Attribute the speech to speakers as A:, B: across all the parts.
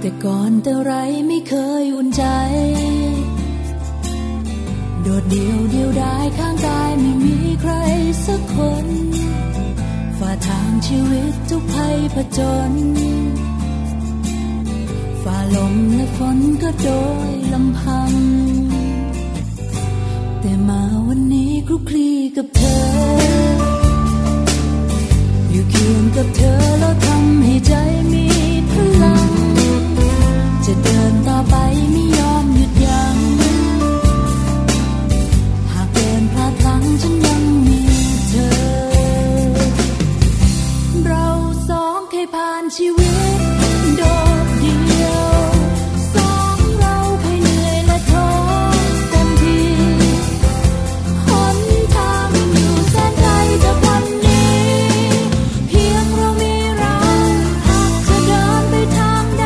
A: แต่ก่อนแต่ไรไม่เคยอุ่นใจ โดดเดียวเดียวดายข้างกายไม่มีใครสักคน ฝ่าทางชีวิตทุกภัยผจญ ฝ่าลมและฝนก็โดยลำพัง แต่มาวันนี้คลุกคลีกับเธอ อยู่เคียงกับเธอแล้วทำให้ใจมีพลัง จะเดินต่อไปไม่ยอมหยุดยัง้ง หากเดินพลาดพลั้งฉันยังมีเธอ เราสองเคยผ่านชีวิต โดดเดียว สองเราเคยเหนื่อยและท้อเต็มที หนทางมันอยู่แสนไกลแต่วันนี้ เพียงเรามีเราหากจะเดินไปทางใด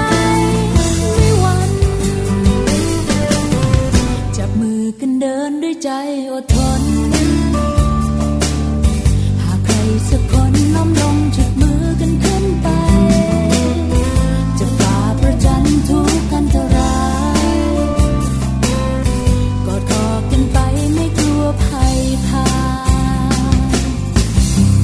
A: ไม่หวั่นจับมือกันเดินด้วยใจอดทน หากใครสักคนน้อมลงจุดมือกันขึ้นไป จะฝ่าประจันทุกอันตราย กอดคอกันไปไม่กลัวภัยพาน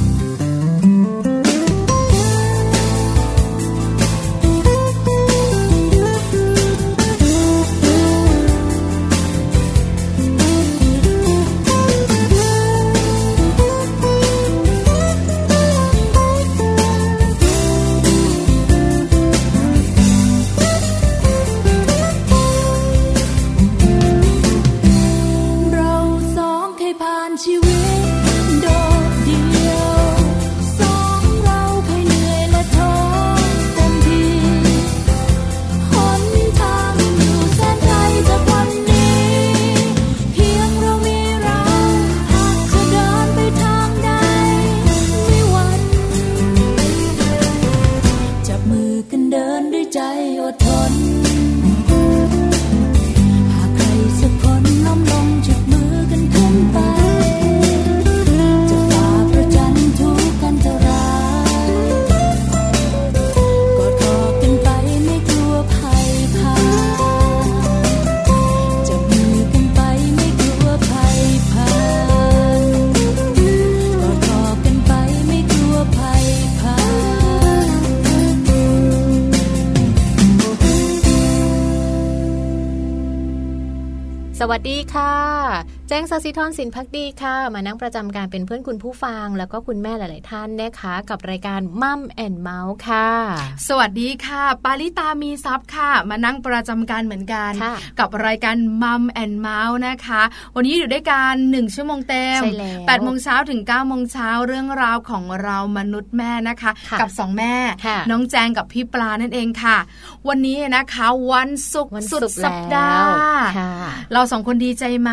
A: เราสองเคยผ่านชีวิต โดดเดียว สองเราเคยเหนื่อยและท้อเต็มทีหนทางมันอยู่แสนไกลแต่วันนี้ เพียงเรามีเราหากจะเดินไปทางใดไม่หวั่นจับมือกันเดินด้วยใจอดทน หากใครสักคนน้อมลงจุดมือกันขึ้นไป จะฝ่าประจันทุกอันตรายกอดคอกันไปไม่กลัวภัยพานจะมือกันไปไม่กลัวภัยพานกอดคอกันไปไม่กลัวภัยพาน
B: สวัสดีค่ะ แจ้งสศิธรสินพักดีค่ะ มานั่งประจำการเป็นเพื่อนคุณผู้ฟัง แล้วก็คุณแม่หลาย ๆ ท่านนะคะ กับรายการมัมแอนเมาส์ค่ะ
C: สวัสดีค่ะ ปาริตามีซับค่ะ มานั่งประจำการเหมือนกัน
B: ค่ะ
C: กับรายการมัมแอนเมาส์นะคะ วันนี้อยู่ด้วยกัน1ชั่วโมงเต็ม
B: ใช่แล้ว
C: 8โมงเช้าถึง9โมงเช้าเรื่องราวของเรามนุษย์แม่นะคะ
B: ค่ะ
C: กับ 2 แม่
B: ค่ะ
C: น้องแจงกับพี่ปลานั่นเองค่ะ วันนี้นะคะวันศุกร์
B: วันศุ
C: สุ
B: ก
C: ด
B: ร์
C: สัปดาห์
B: แล้วค่ะ
C: เราสองคนดีใจ ไหม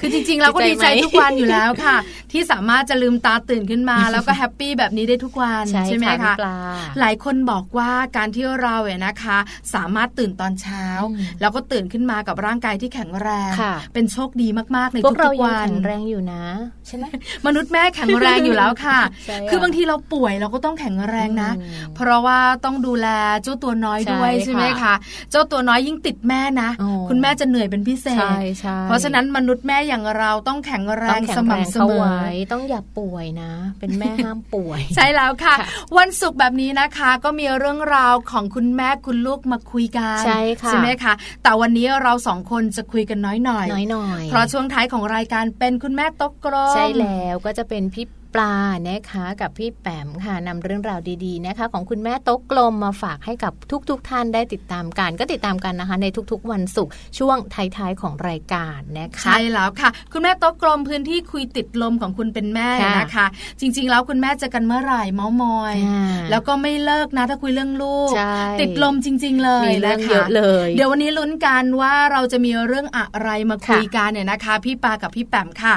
C: คือจริงๆเราก็
B: ดี
C: ดี
B: ใจ
C: ใจ
B: ไหม
C: ทุกวันอยู่แล้วค่ะ ที่สามารถจะลืมตาตื่นขึ้นมา แล้วก็แฮปปี้แบบนี้ได้ทุกวัน
B: ใช่
C: ไหม
B: ค่ะ
C: คะ
B: พี่ปลา
C: หล หลายคนบอกว่าการที่เราเนี่ยนะคะ สามารถตื่นตอนเช้า
B: อืม
C: แล้วก็ตื่นขึ้นมากับร่างกายที่แข็งแรง
B: ค่ะ
C: เป็นโชคดีมากๆใน
B: พวกเรา
C: ทุกๆ
B: ยัง
C: วัน
B: แข็งแรงอยู่นะ ใช่ไหม
C: มนุษย์แม่แข็งแรงอยู่แล้วค่ะ
B: ใช่ค่ะ
C: คือบางทีเราป่วยเราก็ต้องแข็งแรงนะ
B: อืม
C: เพราะว่าต้องดูแลเจ้าตัวน้อยด้วย
B: ใช่
C: ใช่ไหม
B: ค่ะ
C: คะ เจ้าตัวน้อยยิ่งติดแม่นะ
B: อ๋อ
C: คุณแม่จะเหนื่อยเป็นพิเศ
B: ใช่
C: ษ
B: ใช่
C: เพราะฉะนั้นมนุษย์แม่อย่างเราต้องแข็งแร
B: ต้อง งแข็ง
C: ส
B: แร
C: ม่ำ
B: ง
C: เส
B: เข้าม
C: อ
B: ไว้ต้องอย่าป่วยนะ เป็นแม่ห้ามป่วย
C: ใช่แล้วค่ะ
B: ค่ะ
C: วันศุกร์แบบนี้นะคะ ก็มีเรื่องราวของคุณแม่คุณลูกมาคุยกัน
B: ใช่ค่ะ
C: ใช่ไหมคะแต่วันนี้เราสองคนจะคุยกันน้อยหน่อย
B: น้อยหน่อย
C: เพราะช่วงท้ายของรายการเป็นคุณแม่โต๊ะกลม
B: ใช่แล้วก็จะเป็นพี่ ปลานะคะกับพี่แปมค่ะนำเรื่องราวดีๆนะคะ ของคุณแม่โต๊ะกลมมาฝากให้กับทุกๆทท่านได้ติดตามกัน ก็ติดตามกันนะคะ ในทุกๆ วันศุกร์ช่วงท้ายๆของรายการนะคะ
C: ใช่แล้วค่ะ คุณแม่โต๊ะกลมพื้นที่คุยติดลมของคุณเป็นแม่
B: ค่ะ
C: นะคะ จริง ๆ แล้วคุณแม่เจะกันเมื่อไหร่เมามอย
B: อ่า
C: แล้วก็ไม่เลิกนะถ้าคุยเรื่องลูก
B: ใช่
C: ติดลมจริง ๆ เลย
B: มีเรื่อง
C: นค
B: เยอะเลย
C: เดี๋ยววันนี้ลุ้นกันว่าเราจะมีเรื่องอะไรมาคุยกันเนี่ยนะคะ พี่ปลากับพี่แปมค่ะ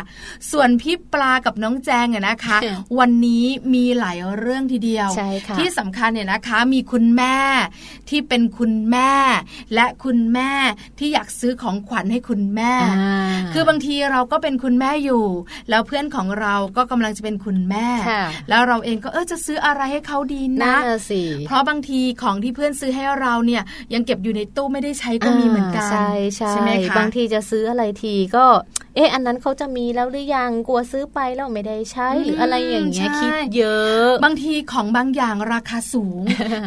C: ส่วนพี่ปลากับน้องแจงเนี่ยนะคะ
B: ค่ะ
C: วันนี้มีหลายเรื่องทีเดียว
B: ใช่ค่ะ
C: ที่สำคัญเนี่ยนะคะมีคุณแม่ที่เป็นคุณแม่ และคุณแม่ที่อยากซื้อของขวัญให้คุณแม่ คือบางทีเราก็เป็นคุณแม่อยู่ แล้วเพื่อนของเราก็กำลังจะเป็นคุณแม่
B: ค่ะ
C: แล้วเราเองก็เออจะซื้ออะไรให้เขาดีนะ
B: นั่นน่ะสิ
C: เพราะบางทีของที่เพื่อนซื้อให้เราเนี่ย ยังเก็บอยู่ในตู้ไม่ได้ใช้ก็มีเหมือนกันา
B: ใช่ใช่
C: ใช่ไหมคะ
B: บางทีจะซื้ออะไรทีก็ เอ๊ะอันนั้นเขาจะมีแล้วหรือยังกลัวซื้อไปแล้วไม่ได้ใช้หรืออะไรอย่างเงี้ยคิดเยอะ
C: บางทีของบางอย่างราคาสู ง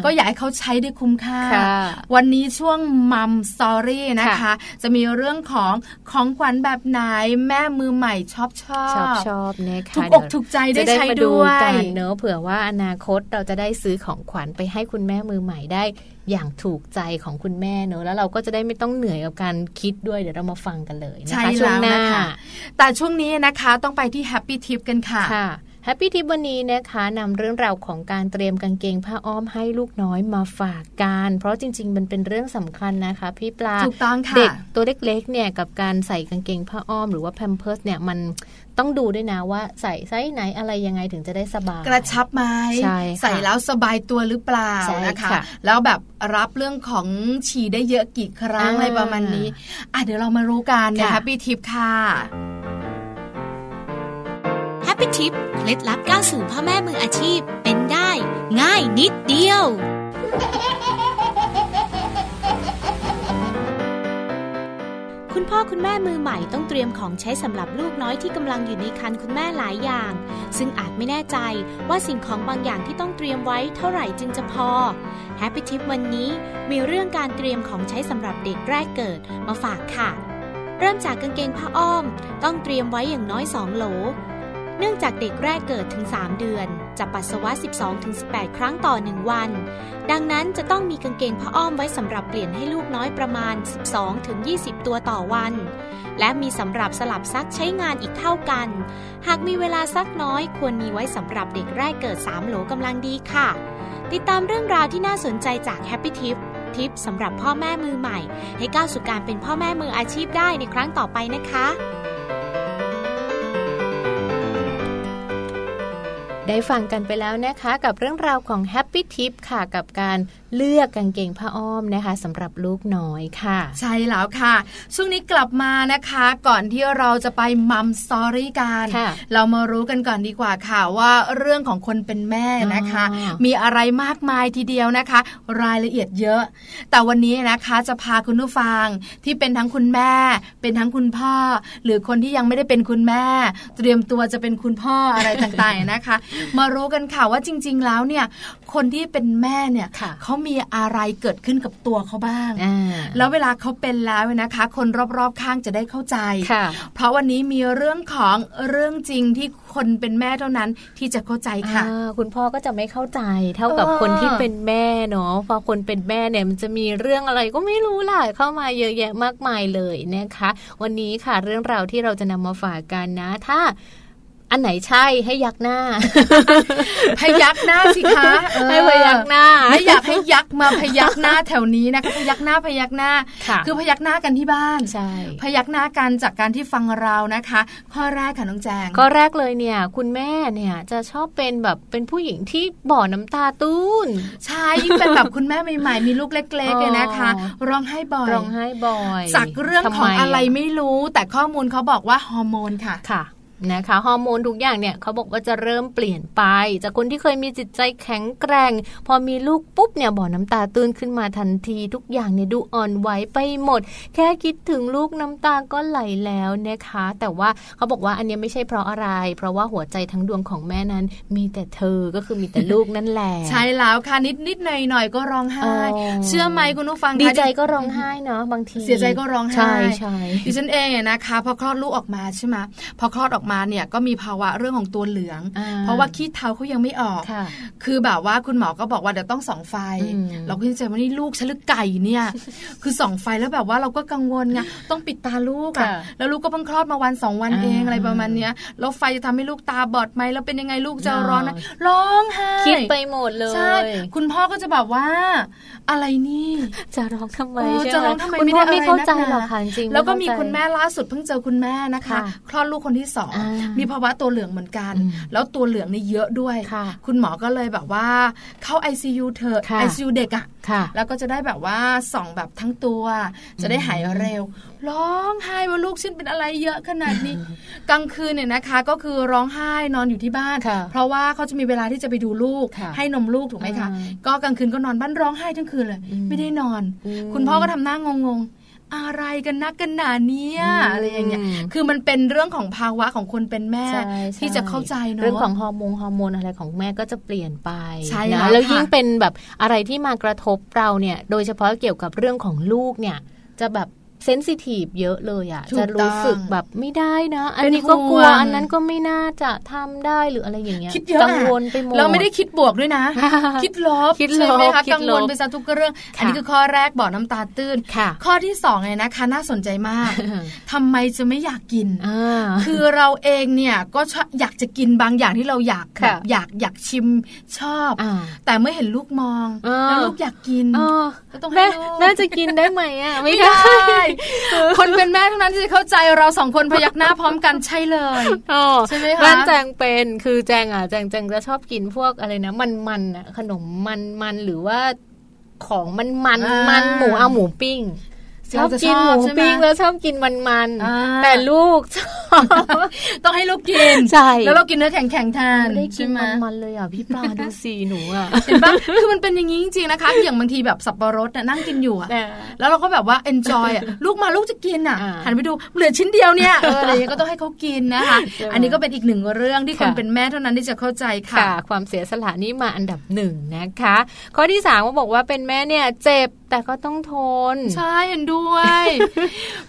C: ก็อยากให้เขาใช้ได้คุ้มค่า
B: ค่ะ
C: วันนี้ช่วงมัมสตอรี่นะคะ
B: ค่ะ
C: จะมีเรื่องของของขวัญแบบไหนแม่มือใหม่ชอบชอบ
B: ชอบชอบนะคะ
C: ถูกอกถูกใจได้
B: จะได้
C: ใช้
B: มาดู
C: ด้วย
B: กันเนอะเผื่อว่าอนาคตเราจะได้ซื้อของขวัญไปให้คุณแม่มือใหม่ได้ อย่างถูกใจของคุณแม่เนอะแล้วเราก็จะได้ไม่ต้องเหนื่อยกับการคิดด้วยเดี๋ยวเรามาฟังกันเลยนะ
C: ใช่
B: คะช่วงห
C: แล้ว
B: น้า
C: นะคะ แต่ช่วงนี้นะคะต้องไปที่ Happy Tip กันค่ะ
B: ค่ะแฮปปี้ทิปวันนี้นะคะนำเรื่องราวของการเตรียมกางเกงผ้าอ้อมให้ลูกน้อยมาฝากกัน เพราะจริง ๆ มันเป็นเรื่องสำคัญนะคะ พี่ปลา
C: ถูกต้องค่ะ
B: เด็กตัวเล็กๆเนี่ยกับการใส่กางเกงผ้าอ้อม หรือว่าแพมเพิร์สเนี่ยมันต้องดูด้วยนะว่าใส่ไซส์ไหนอะไรยังไงถึงจะได้สบาย
C: กระชับไหม
B: ใช่ค่ะ
C: แล้วสบายตัวหรือเปล่า
B: ใช่
C: นะคะ
B: ค่ะ
C: แล้วแบบรับเรื่องของฉี่ได้เยอะกี่ครั้ง
B: อ่า
C: อะไรประมาณนี้อ่ะเดี๋ยวเรามารู้กันใน
B: ค่ะ
C: แฮปปี้ทิปค่ะ
D: แฮปปี้ทิปเคล็ดลับก้าวสู่พ่อแม่มืออาชีพเป็นได้ ง่ายนิดเดียว คุณพ่อคุณแม่มือใหม่ต้องเตรียมของใช้สำหรับลูกน้อยที่กำลังอยู่ในครรภ์คุณแม่หลายอย่าง ซึ่งอาจไม่แน่ใจว่าสิ่งของบางอย่างที่ต้องเตรียมไว้เท่าไหร่จึงจะพอแฮปปี้ทิปวันนี้มีเรื่องการเตรียมของใช้สำหรับเด็กแรกเกิดมาฝากค่ะ เริ่มจากกางเกงผ้าอ้อม ต้องเตรียมไว้อย่างน้อยสองโหล เนื่องจากเด็กแรกเกิดถึง 3 เดือน จะปัสสาวะ 12-18 ครั้งต่อ 1 วัน ดังนั้นจะต้องมีกางเกงผ้าอ้อมไว้สำหรับเปลี่ยนให้ลูกน้อยประมาณ 12-20 ตัวต่อวัน และมีสำหรับสลับซักใช้งานอีกเท่ากัน หากมีเวลาซักน้อยควรมีไว้สำหรับเด็กแรกเกิด 3 โหลกำลังดีค่ะ ติดตามเรื่องราวที่น่าสนใจจาก Happy t i p ทิปสำหรับพ่อแม่มือใหม่ ให้ก้าวสู่การเป็นพ่อแม่มืออาชีพได้ในครั้งต่อไปนะคะ
B: ได้ฟังกันไปแล้วนะคะ กับเรื่องราวของแฮปปี้ทิปค่ะกับการเลือกกางเกงผ้าอ้อมนะคะสำหรับลูกน้อยค่ะ
C: ใช่แล้วค่ะ ช่วงนี้กลับมานะคะ ก่อนที่เราจะไปมัมสตอรี่กัน
B: ค่ะ
C: เรามารู้กันก่อนดีกว่าค่ะว่าเรื่องของคนเป็นแม่นะคะ
B: อ๋อ
C: มีอะไรมากมายทีเดียวนะคะ รายละเอียดเยอะ แต่วันนี้นะคะจะพาคุณผู้ฟังที่เป็นทั้งคุณแม่ เป็นทั้งคุณพ่อ หรือคนที่ยังไม่ได้เป็นคุณแม่ เตรียมตัวจะเป็นคุณพ่ออะไรต่างๆนะคะ มารู้กันค่ะว่าจริง ๆ แล้วเนี่ยคนที่เป็นแม่เนี่ย
B: ค่ะ
C: เขามีอะไรเกิดขึ้นกับตัวเขาบ้าง
B: อ่า
C: แล้วเวลาเขาเป็นแล้วนะคะ คนรอบๆข้างจะได้เข้าใจ
B: ค่ะ
C: เพราะวันนี้มีเรื่องของเรื่องจริงที่คนเป็นแม่เท่านั้นที่จะเข้าใจค่ะ
B: อ่าคุณพ่อก็จะไม่เข้าใจเท่ากับ
C: เออ
B: คนที่เป็นแม่เนาะพอคนเป็นแม่เนี่ยมันจะมีเรื่องอะไรก็ไม่รู้ล่ะเข้ามาเยอะแยะมากมายเลยนะคะ วันนี้ค่ะเรื่องราวที่เราจะนำมาฝากกันนะ ถ้า อันไหนใช่ให้ยักหน้า
C: พยักหน้าสิคะเออ
B: ให้พยักหน้า
C: ไม่อยากให้ยักษ์มาพยักหน้าแถวนี้นะคะพยักหน้าพยักหน้า
B: ค่ะ
C: อพยักหน้ากันที่บ้าน
B: ใช่
C: พยักหน้ากันจากการที่ฟังเรานะคะ ข้อแรกค่ะน้องแจง
B: ก็แรกเลยเนี่ย คุณแม่เนี่ยจะชอบเป็นแบบเป็นผู้หญิงที่บ่อน้ำตาตื้น
C: ใช่ยิ่งเป็นแบบคุณแม่ใหม่ๆ มีลูกเล็กๆเลยนะคะ
B: อ๋อ
C: ร้องไห้บ่อย
B: ร้องไห้บ่อย
C: จากเรื่องของ
B: ทำม
C: อะไรไม่รู้ แต่ข้อมูลเขาบอกว่าฮอร์โมนค่ะ
B: ค่ะนะคะฮอร์โมนทุกอย่างเนี่ยเขาบอกว่าจะเริ่มเปลี่ยนไป จากคนที่เคยมีจิตใจแข็งแกร่ง พอมีลูกปุ๊บเนี่ยบ่อน้ำตาตื้นขึ้นมาทันที ทุกอย่างเนี่ยดูอ่อนไหวไปหมด แค่คิดถึงลูกน้ำตาก็ไหลแล้วนะคะ แต่ว่าเขาบอกว่าอันเนี้ยไม่ใช่เพราะอะไร เพราะว่าหัวใจทั้งดวงของแม่นั้น มีแต่เธอก็คือมีแต่ลูกนั่นแหละ
C: ใช่แล้วค่ะนิดนิดหน่อยหน่อยๆก็ร้องไห้
B: อ๋อ
C: เชื่อไหมคุณผู้ฟังคะ
B: ดีใจ
C: ดิ
B: ก็ร้องไห้เนาะบางที
C: เสียใจก็ร้องไห้
B: ใช่ใช่
C: ดิฉันเองเนี่ยนะคะ พอคลอดลูกออกมาใช่ไหมพอคลอดออก มาเนี่ยก็มีภาวะเรื่องของตัวเหลือง
B: อ่
C: เพราะว่าขี้เท้าเขายังไม่ออก
B: ค่ะ
C: คือแบบว่าคุณหมอก็บอกว่าเดี๋ยวต้องส่องไฟ
B: อืม
C: เราก็คิดใจว่านี่ลูกฉันหรือไก่เนี่ย คือส่องไฟแล้วแบบว่าเราก็กังวลไงต้องปิดตาลูกอ่ะ
B: ค่ะ
C: แล้วลูกก็เพิ่งคลอดมาวันสองวันเอง
B: อ่า
C: อะไรประมาณเนี้ยแล้วไฟจะทำให้ลูกตาบอดไหมแล้วเป็นยังไงลูกจะ
B: อ่า
C: ร้อนไหมร้องไห้
B: คิดไปหมดเล
C: ใช่
B: ย
C: คุณพ่อก็จะแบบว่า อะไรนี่
B: จะร้องทำไม
C: เออ
B: ใช่ห
C: จะร้องทำไม
B: คุณ
C: ไม่
B: พ่อ
C: ได้
B: ไม่
C: อะไร
B: เข้าใจ
C: นักหนา
B: หรอกค่ะจริงๆ
C: แล้วก็มี
B: ไเข้าใจ
C: คุณแม่ล่าสุดเพิ่งเจอคุณแม่นะคะ
B: ค่ะ
C: คลอดลูกคนที่สอง
B: อ่ามี
C: มีภาวะตัวเหลืองเหมือนกัน
B: อืม
C: แล้วตัวเหลืองนี่เยอะด้วย
B: ค่ะ
C: ณหมอก็เลยแบบว่าเข้า ICU เถอะ
B: ค่ะ
C: ICU เด็กอะ
B: ค่ะ
C: แล้วก็จะได้แบบว่าส่องแบบทั้งตัว จะได้หายเร็ว ร้องไห้ว่าลูกฉันเป็นอะไรเยอะขนาดนี้ กลางคืนเนี่ยนะคะ ก็คือร้องไห้นอนอยู่ที่บ้าน
B: ค่ะ
C: เพราะว่าเขาจะมีเวลาที่จะไปดูลูก
B: ค่ะ
C: ให้นมลูกถูกไหมคะ
B: อ่า
C: ก็กลางคืนก็นอนบ้านร้องไห้ทั้งคืนเลย
B: อืม
C: ไม่ได้นอน
B: อืม
C: คุณพ่อก็ทำหน้างงงๆอะไรกันนักกันหนาเนี่ย
B: อืม
C: อะไรอย่างเงี้ยคือมันเป็นเรื่องของภาวะของคนเป็นแม่
B: ใช่ใช่
C: ที่จะเข้าใจเนอะ
B: เรื่องของฮอร์โมนฮอร์โมนอะไรของแม่ก็จะเปลี่ยนไป
C: ใช่แล้
B: นะ
C: ว
B: แล้ว
C: ค่ะ
B: ยิ่งเป็นแบบอะไรที่มากระทบเราเนี่ย โดยเฉพาะเกี่ยวกับเรื่องของลูกเนี่ย จะแบบเซนซิทีฟเยอะเลยอะ่ะ
C: ถู
B: จะ
C: กต้อง
B: รู้สึกแบบไม่ได้นะ อันนี้
C: เป็นห่ว
B: ก็
C: ง
B: กลัวอันนั้นก็ไม่น่าจะทำได้หรืออะไรอย่างเงี้ย
C: คิดเยอะ
B: กัง
C: อะ
B: วลไปหมด
C: เราไม่ได้คิดบวกด้วยนะ คิดลบ
B: คิดลบ
C: ใช่ไหมคะ
B: คิดลบ
C: กังวลไปซะทุกเรื่อง
B: ค่ะ
C: อันนี้คือข้อแรกบ่อน้ำตาตื้น
B: ค่ะ
C: ข้อที่สองเนี่ยนะคะน่าสนใจมากทำไมจะไม่อยากกิน
B: อ่า
C: คือเราเองเนี่ยก็ชอบอยากจะกินบางอย่างที่เราอยาก
B: ค่ะ
C: แบบอยากอยากชิมชอบ
B: อ่า
C: แต่เมื่อเห็นลูกมอง
B: อ่า
C: แล้วลูกอยากกิน
B: อ๋อ
C: ก็ต้องให้
B: แม่
C: ลูก
B: แม่จะกินได้ไหมอ่ะไม่
C: ไม่
B: ได้
C: ได้ คนเป็นแม่เท่านั้นที่จะเข้าใจเราสองคนพยักหน้าพร้อมกันใช่เลย
B: อ๋อ
C: ใช่ไหมคะ
B: ร้านแจงเป็นคือแจงอ่ะแจงแจงจะชอบกินพวกอะไรนะ มันมันอ่ะขนมมันมันหรือว่าของมันมัน
C: อ่ามั
B: มันหมูเอาหมูปิ้งช
C: เรา
B: อบ
C: จะ
B: กินห
C: ชอบ
B: มู
C: ใช่ไหม
B: ปิ้งแล้วชอบกินมันมัน
C: อ่า
B: แต่ลูกชอบ
C: ต้องให้ลูกกิน
B: ใช่
C: แล้วเรากินเนื้อแข็งแข็งๆแทน
B: ไม่ได้กิ
C: ใช่
B: น
C: ห
B: มันมันเลยอ่ะพี่ปลาดูสีหนูอ่ะ
C: เห็นปะคือมันเป็นอย่างนี้จริงๆนะคะ อย่างบางทีแบบสับปะรดน่ะนั่งกินอยู่อะแล้วเราก็แบบว่า enjoy อะลูกมาลูกจะกินอ่ะ
B: อ่า
C: หันไปดูเหลือชิ้นเดียวเนี่ยเอออะไรอย่างเงี้ยก็ต้องให้เขากินนะคะ
B: ใช่ไหม
C: อันนี้ก็เป็นอีกหนึ่งเรื่องที่คน
B: ค่ะ
C: เป็นแม่เท่านั้นที่จะเข้าใจค่ะ
B: ค่ะความเสียสละนี่มาอันดับหนึ่งนะคะ ข้อที่สามก็บอกว่าเป็นแม่เนี่ยเจ็บแต่ก็ต้องทน
C: ใช่เห็นด้วย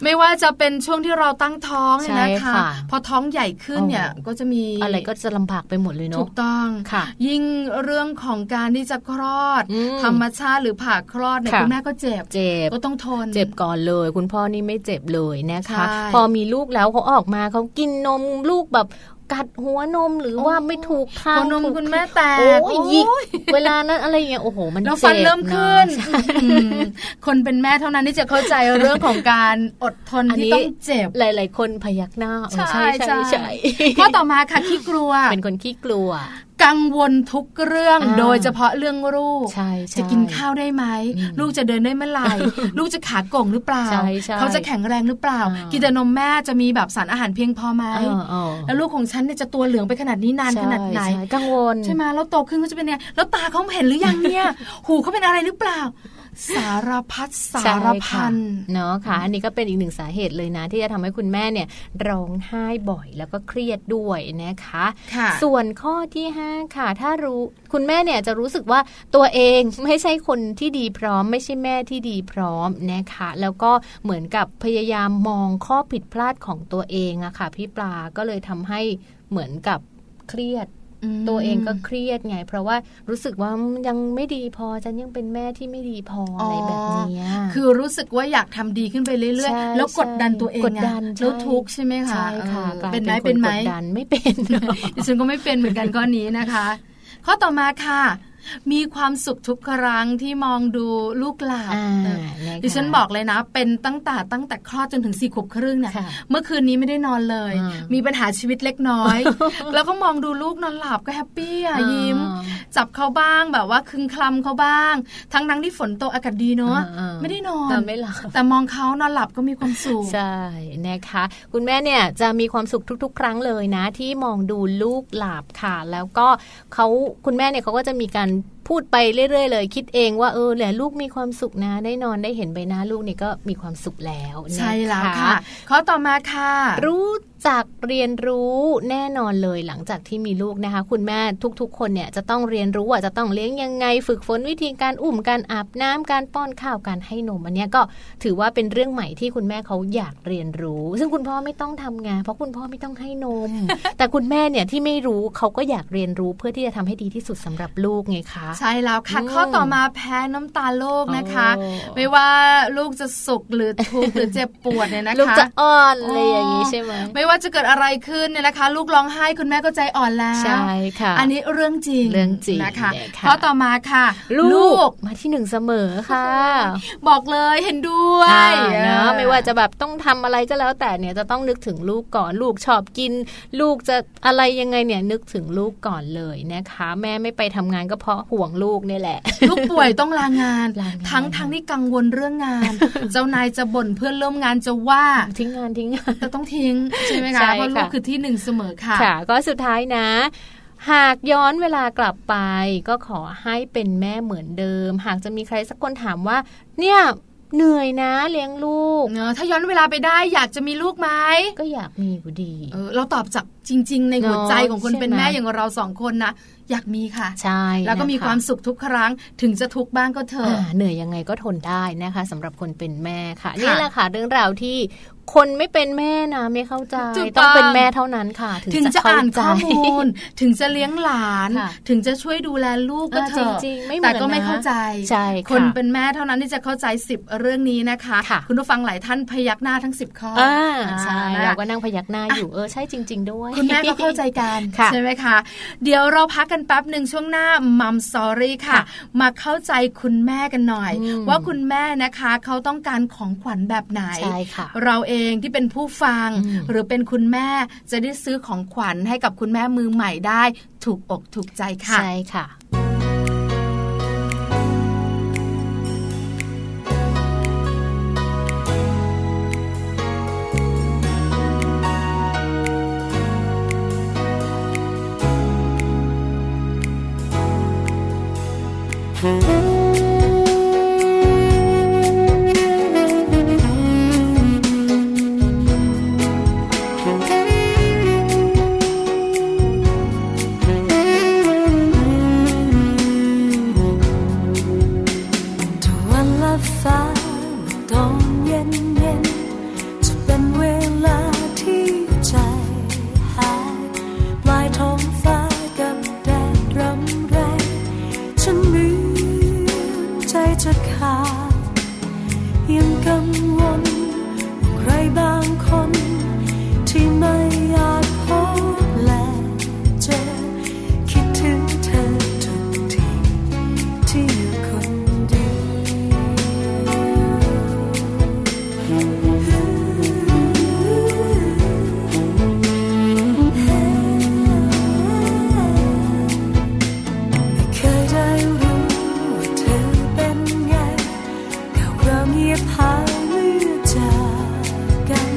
C: ไม่ว่าจะเป็นช่วงที่เราตั้งท้องเนี่ยนะ
B: ใช่
C: คะ
B: ค่ะ
C: พอท้องใหญ่ขึ้นเนี่ย
B: โอ้
C: ก็จะมี
B: อะไรก็จะลำบากไปหมดเลย
C: ถู
B: เนาะ
C: กต้อง
B: ค่ะ
C: ยิ่งเรื่องของการที่จะคลอด
B: อืม
C: ธรรมชาติหรือผ่าคลอดเนี่ย
B: ค่ะ
C: คุณแม่ก็เจ็บ
B: เจ็บ
C: ก็ต้องทน
B: เจ็บก่อนเลย คุณพ่อนี่ไม่เจ็บเลยนะคะ
C: ใช่
B: พอมีลูกแล้วเขาออกมาเขากินนมลูกแบบกัดหัวนมหรือว่า
C: โอ้
B: ไม่ถูกข้า
C: หั
B: ง
C: วนม
B: ถูก
C: คุณแม่แต
B: โอ้
C: ก
B: ยหยิกเวลานั้นอะไรอย่างเงี้ยโอ้โห มัน
C: แล้วฟัน
B: จ็บ
C: เริ่มขึ้นะ อืมคนเป็นแม่เท่านั้นที่จะเข้าใจเรื่องของการอดทน
B: อันนี้
C: ที่ต้องเจ็บ
B: หลาย ๆ คนพยักหน้าเออ
C: ใช่
B: ใช่ใช่
C: ใช่
B: ใช่
C: ข้อต่อมาค่ะขี้กลัว
B: เป็นคนขี้กลัว
C: กังวลทุกเรื่อง
B: อ่า
C: โดยเฉพาะเรื่องลูก
B: ใช่ใช่
C: จะกินข้าวได้ไหม
B: อืม
C: ลูกจะเดินได้เมื่อไห ร่ลูกจะขาโก่งหรือเปล่า
B: ใช่ใช่
C: เขาจะแข็งแรงหรือเปล่า
B: อ่ากิ
C: กินแต่นมแม่จะมีแบบสารอาหารเพียงพอไหม
B: เออเออ
C: แล้วลูกของฉันเนี่ยจะตัวเหลืองไปขนาดนี้นานขนาดไหน
B: ใช่ใช่กังวล
C: ใช่ไหมแล้วโตขึ้นเขาจะเป็นยังไงแล้วตาเขาเห็นหรือยัง เนี่ย หูเขาเป็นอะไรหรือเปล่า สารพัดสารพัน
B: ใช่ค่ะเนาะค่ะ อันนี้ก็เป็นอีกหนึ่งสาเหตุเลยนะ ที่จะทำให้คุณแม่เนี่ยร้องไห้บ่อยแล้วก็เครียดด้วยนะคะ
C: ค่ะ
B: ส่วนข้อที่ 5 ค่ะ ถ้ารู้คุณแม่เนี่ยจะรู้สึกว่าตัวเอง ไม่ใช่คนที่ดีพร้อม ไม่ใช่แม่ที่ดีพร้อมนะคะ แล้วก็เหมือนกับพยายามมองข้อผิดพลาดของตัวเองอะค่ะพี่ปลาก็เลยทำให้เหมือนกับเครียด
C: ม
B: ตัวเองก็เครียดไง เพราะว่ารู้สึกว่ายังไม่ดีพอฉันยังเป็นแม่ที่ไม่ดีพออะไรแบบเนี้ย
C: คือรู้สึกว่าอยากทำดีขึ้นไปเรื่อย
B: ใช่
C: ๆ แล้วกดดันตัวเอง
B: กดดัน
C: อะ
B: ใช่
C: แล้วทุกข์ใช่ไหมคะ
B: ใช่ค่ะ
C: เออก
B: ลาย
C: เป็
B: เป็น น
C: ไหม
B: คน
C: เป็นไหม
B: กดดันไม่เป็น
C: ดิฉันก็ไม่เป็นเหมือนกัน ก้อนนี้นะคะ ข้อต่อมาค่ะ มีความสุขทุกครั้งที่มองดูลูกหลาบ
B: อ่า
C: เออ
B: นะคะ
C: ดิฉันบอกเลยนะ เป็นตั้งแต่ตั้งแต่คลอดจนถึงสี่ขวบครึ่งเนี่ย
B: ค่ะ
C: เมื่อคืนนี้ไม่ได้นอนเลย
B: อ่ามี
C: มีปัญหาชีวิตเล็กน้ อย แล้วก็มองดูลูกนอนหลับก็แฮปปี้อ่ะ
B: อ่ายิ้
C: ยิ้ม จับเขาบ้างแบบว่าคึงคลำเขาบ้าง ทั้งทั้งๆที่ฝนตกอากาศดีเนาะ
B: อ่าๆ
C: ไม่ได้นอน
B: แต่ไม่หลับ
C: แต่มองเขานอนหลับก็มีความสุข
B: ใช่นะคะ คุณแม่เนี่ยจะมีความสุขทุก ๆ ครั้งเลยนะ ที่มองดูลูกหลาบค่ะ แล้วก็เขาคุณแม่เนี่ยเขาก็จะมีการพูดไปเรื่อย ๆ เลย คิดเองว่าเออแหละลูกมีความสุขนะ ได้นอนได้เห็นใบหน้าลูกเนี่ยก็มีความสุขแล้วนะคะ
C: ใช่แล้วค่ะ ข้อต่อมาค่ะ
B: รู้ จากเรียนรู้แน่นอนเลยหลังจากที่มีลูกนะคะ คุณแม่ทุกๆ คนเนี่ยจะต้องเรียนรู้ว่าจะต้องเลี้ยงยังไง ฝึกฝนวิธีการอุ้มการอาบน้ำการป้อนข้าวการให้นมอันเนี้ยก็ถือว่าเป็นเรื่องใหม่ที่คุณแม่เขาอยากเรียนรู้ ซึ่งคุณพ่อไม่ต้องทำงาน เพราะคุณพ่อไม่ต้องให้นม แต่คุณแม่เนี่ยที่ไม่รู้เขาก็อยากเรียนรู้เพื่อที่จะทำให้ดีที่สุดสำหรับลูกไงคะ
C: ใช่แล้วค่ะ
B: อืม
C: ข้อต่อมาแพ้น้ำตาโลกนะคะ
B: โอ้
C: ไม่ว่าลูกจะสุขหรือทุกข์หรือเจ็บปวดเนี่ยนะคะ
B: ลูกจะอ้อนอะไรอย่างนี้ใช่ไหม
C: ไม่ว่าจะเกิดอะไรขึ้นเนี่ยนะคะ ลูกร้องไห้คุณแม่ก็ใจอ่อนแล้ว
B: ใช่ค่ะ
C: อันนี้เรื่องจริง
B: เรื่องจริง
C: นะคะ
B: นะคะ
C: ข้อต่อมาค่ะ
B: ลูกมาที่หนึ่งเสมอค่ะ
C: บอกเลยเห็นด้วย
B: อ่าเนอะไม่ว่าจะแบบต้องทำอะไรก็แล้วแต่เนี่ยจะต้องนึกถึงลูกก่อนลูกชอบกิน ลูกจะอะไรยังไงเนี่ยนึกถึงลูกก่อนเลยนะคะ แม่ไม่ไปทำงานก็เพราะห่วงลูกนี่แหละ
C: ลูกป่วยต้องลางาน
B: ลางาน
C: ทั้งทั้งที่กังวลเรื่องงาน เจ้านายจะบ่นเพื่อนร่วมงานจะว่า
B: ทิ้งงานทิ้งงาน
C: แต่ต้องทิ้งใช่ไหมคะ
B: ใช่
C: เพราะลูก
B: ค่ะ
C: คือที่หนึ่งเสมอค่ะ
B: ค่ะก็สุดท้ายนะ หากย้อนเวลากลับไป ก็ขอให้เป็นแม่เหมือนเดิม หากจะมีใครสักคนถามว่า เนี่ยเหนื่อยนะเลี้ยงลูก
C: เนอะถ้าย้อนเวลาไปได้อยากจะมีลูกไหม
B: ก็อยากมีอยู่ดี
C: เออเราตอบจากจริง ๆ ในหัวใจของคน
B: เนอะ
C: เป็นแม่อ
B: ใช่ไหม
C: ย่างเราสองคนนะอยากมีค่ะ
B: ใช่
C: แล้วก็มี
B: นะะ
C: ความสุขทุกครั้งถึงจะทุกข์บ้างก็เถอะ
B: อ่าเหนื่อยยังไงก็ทนได้นะคะสำหรับคนเป็นแม่ค่ะ นี่แหละค่ะเรื่องราวที่คนไม่เป็นแม่นะไม่เข้าใจ
C: ถูกต้อง
B: ต้องเป็นแม่เท่านั้นค่ะ
C: ถึ
B: ถึ
C: งจะอ่าน
B: เข้
C: ข้อ
B: ใจ
C: มูล ถึงจะเลี้ยงหลาน
B: ค่ะ
C: ถึงจะช่วยดูแลลูกก็เถอะ
B: เออจริงๆไม่เหมื
C: แต่
B: อนนะ
C: ก็ไม่เข้าใจ
B: ใช่ค่ะ
C: คนเป็นแม่เท่านั้นที่จะเข้าใจ 10 เรื่องนี้นะคะ
B: ค่ะ
C: ณผู้ฟังหลายท่านพยักหน้าทั้ง 10 ข้ออ
B: อ่าใช่
C: อ่
B: เราก็นั่งพยักหน้าอยู่เออใช่จริง ๆ ด้วย
C: คุณแม่ก็เข้าใจกัน
B: ค่ะ
C: ใช่ไหมคะ เดี๋ยวเราพักกันแป๊บหนึ่งช่วงหน้ามัมสอรี่ค่ะ
B: ค่ะ
C: มาเข้าใจคุณแม่กันหน่อย
B: อืม
C: ว่าคุณแม่นะคะเขาต้องการของขวัญแบบไหน
B: ใช่ค่ะ
C: เราเองที่เป็นผู้ฟัง
B: อืม
C: หรือเป็นคุณแม่จะได้ซื้อของขวัญให้กับคุณแม่มือใหม่ได้ ถูกอกถูกใจค่ะ
B: ใช่ค่ะ
E: ตะวันลับฟ้าตอนเย็นเย็นจะเป็นเวลาที่ใจหายปลายท้องฟ้ากับแดดรำไร ฉันเหมือนใจจะขาดยังกังวลใครบางคน ที่ไม่อาจพบและเจอ คิดถึงเธอทุกที ที่อยู่คนเดียวไม่เคยได้รู้ว่าเธอเป็นไงข่าวเราเงียบหายเมื่อจากกัน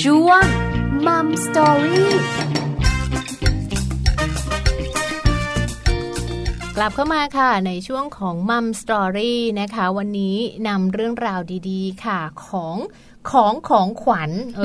F: ช่วงมัมสตอรี่
B: กลับเข้ามาค่ะในช่วงของมัมสตอรี่นะคะ วันนี้นำเรื่องราวดีๆ ค่ะของของของขวัญ เอ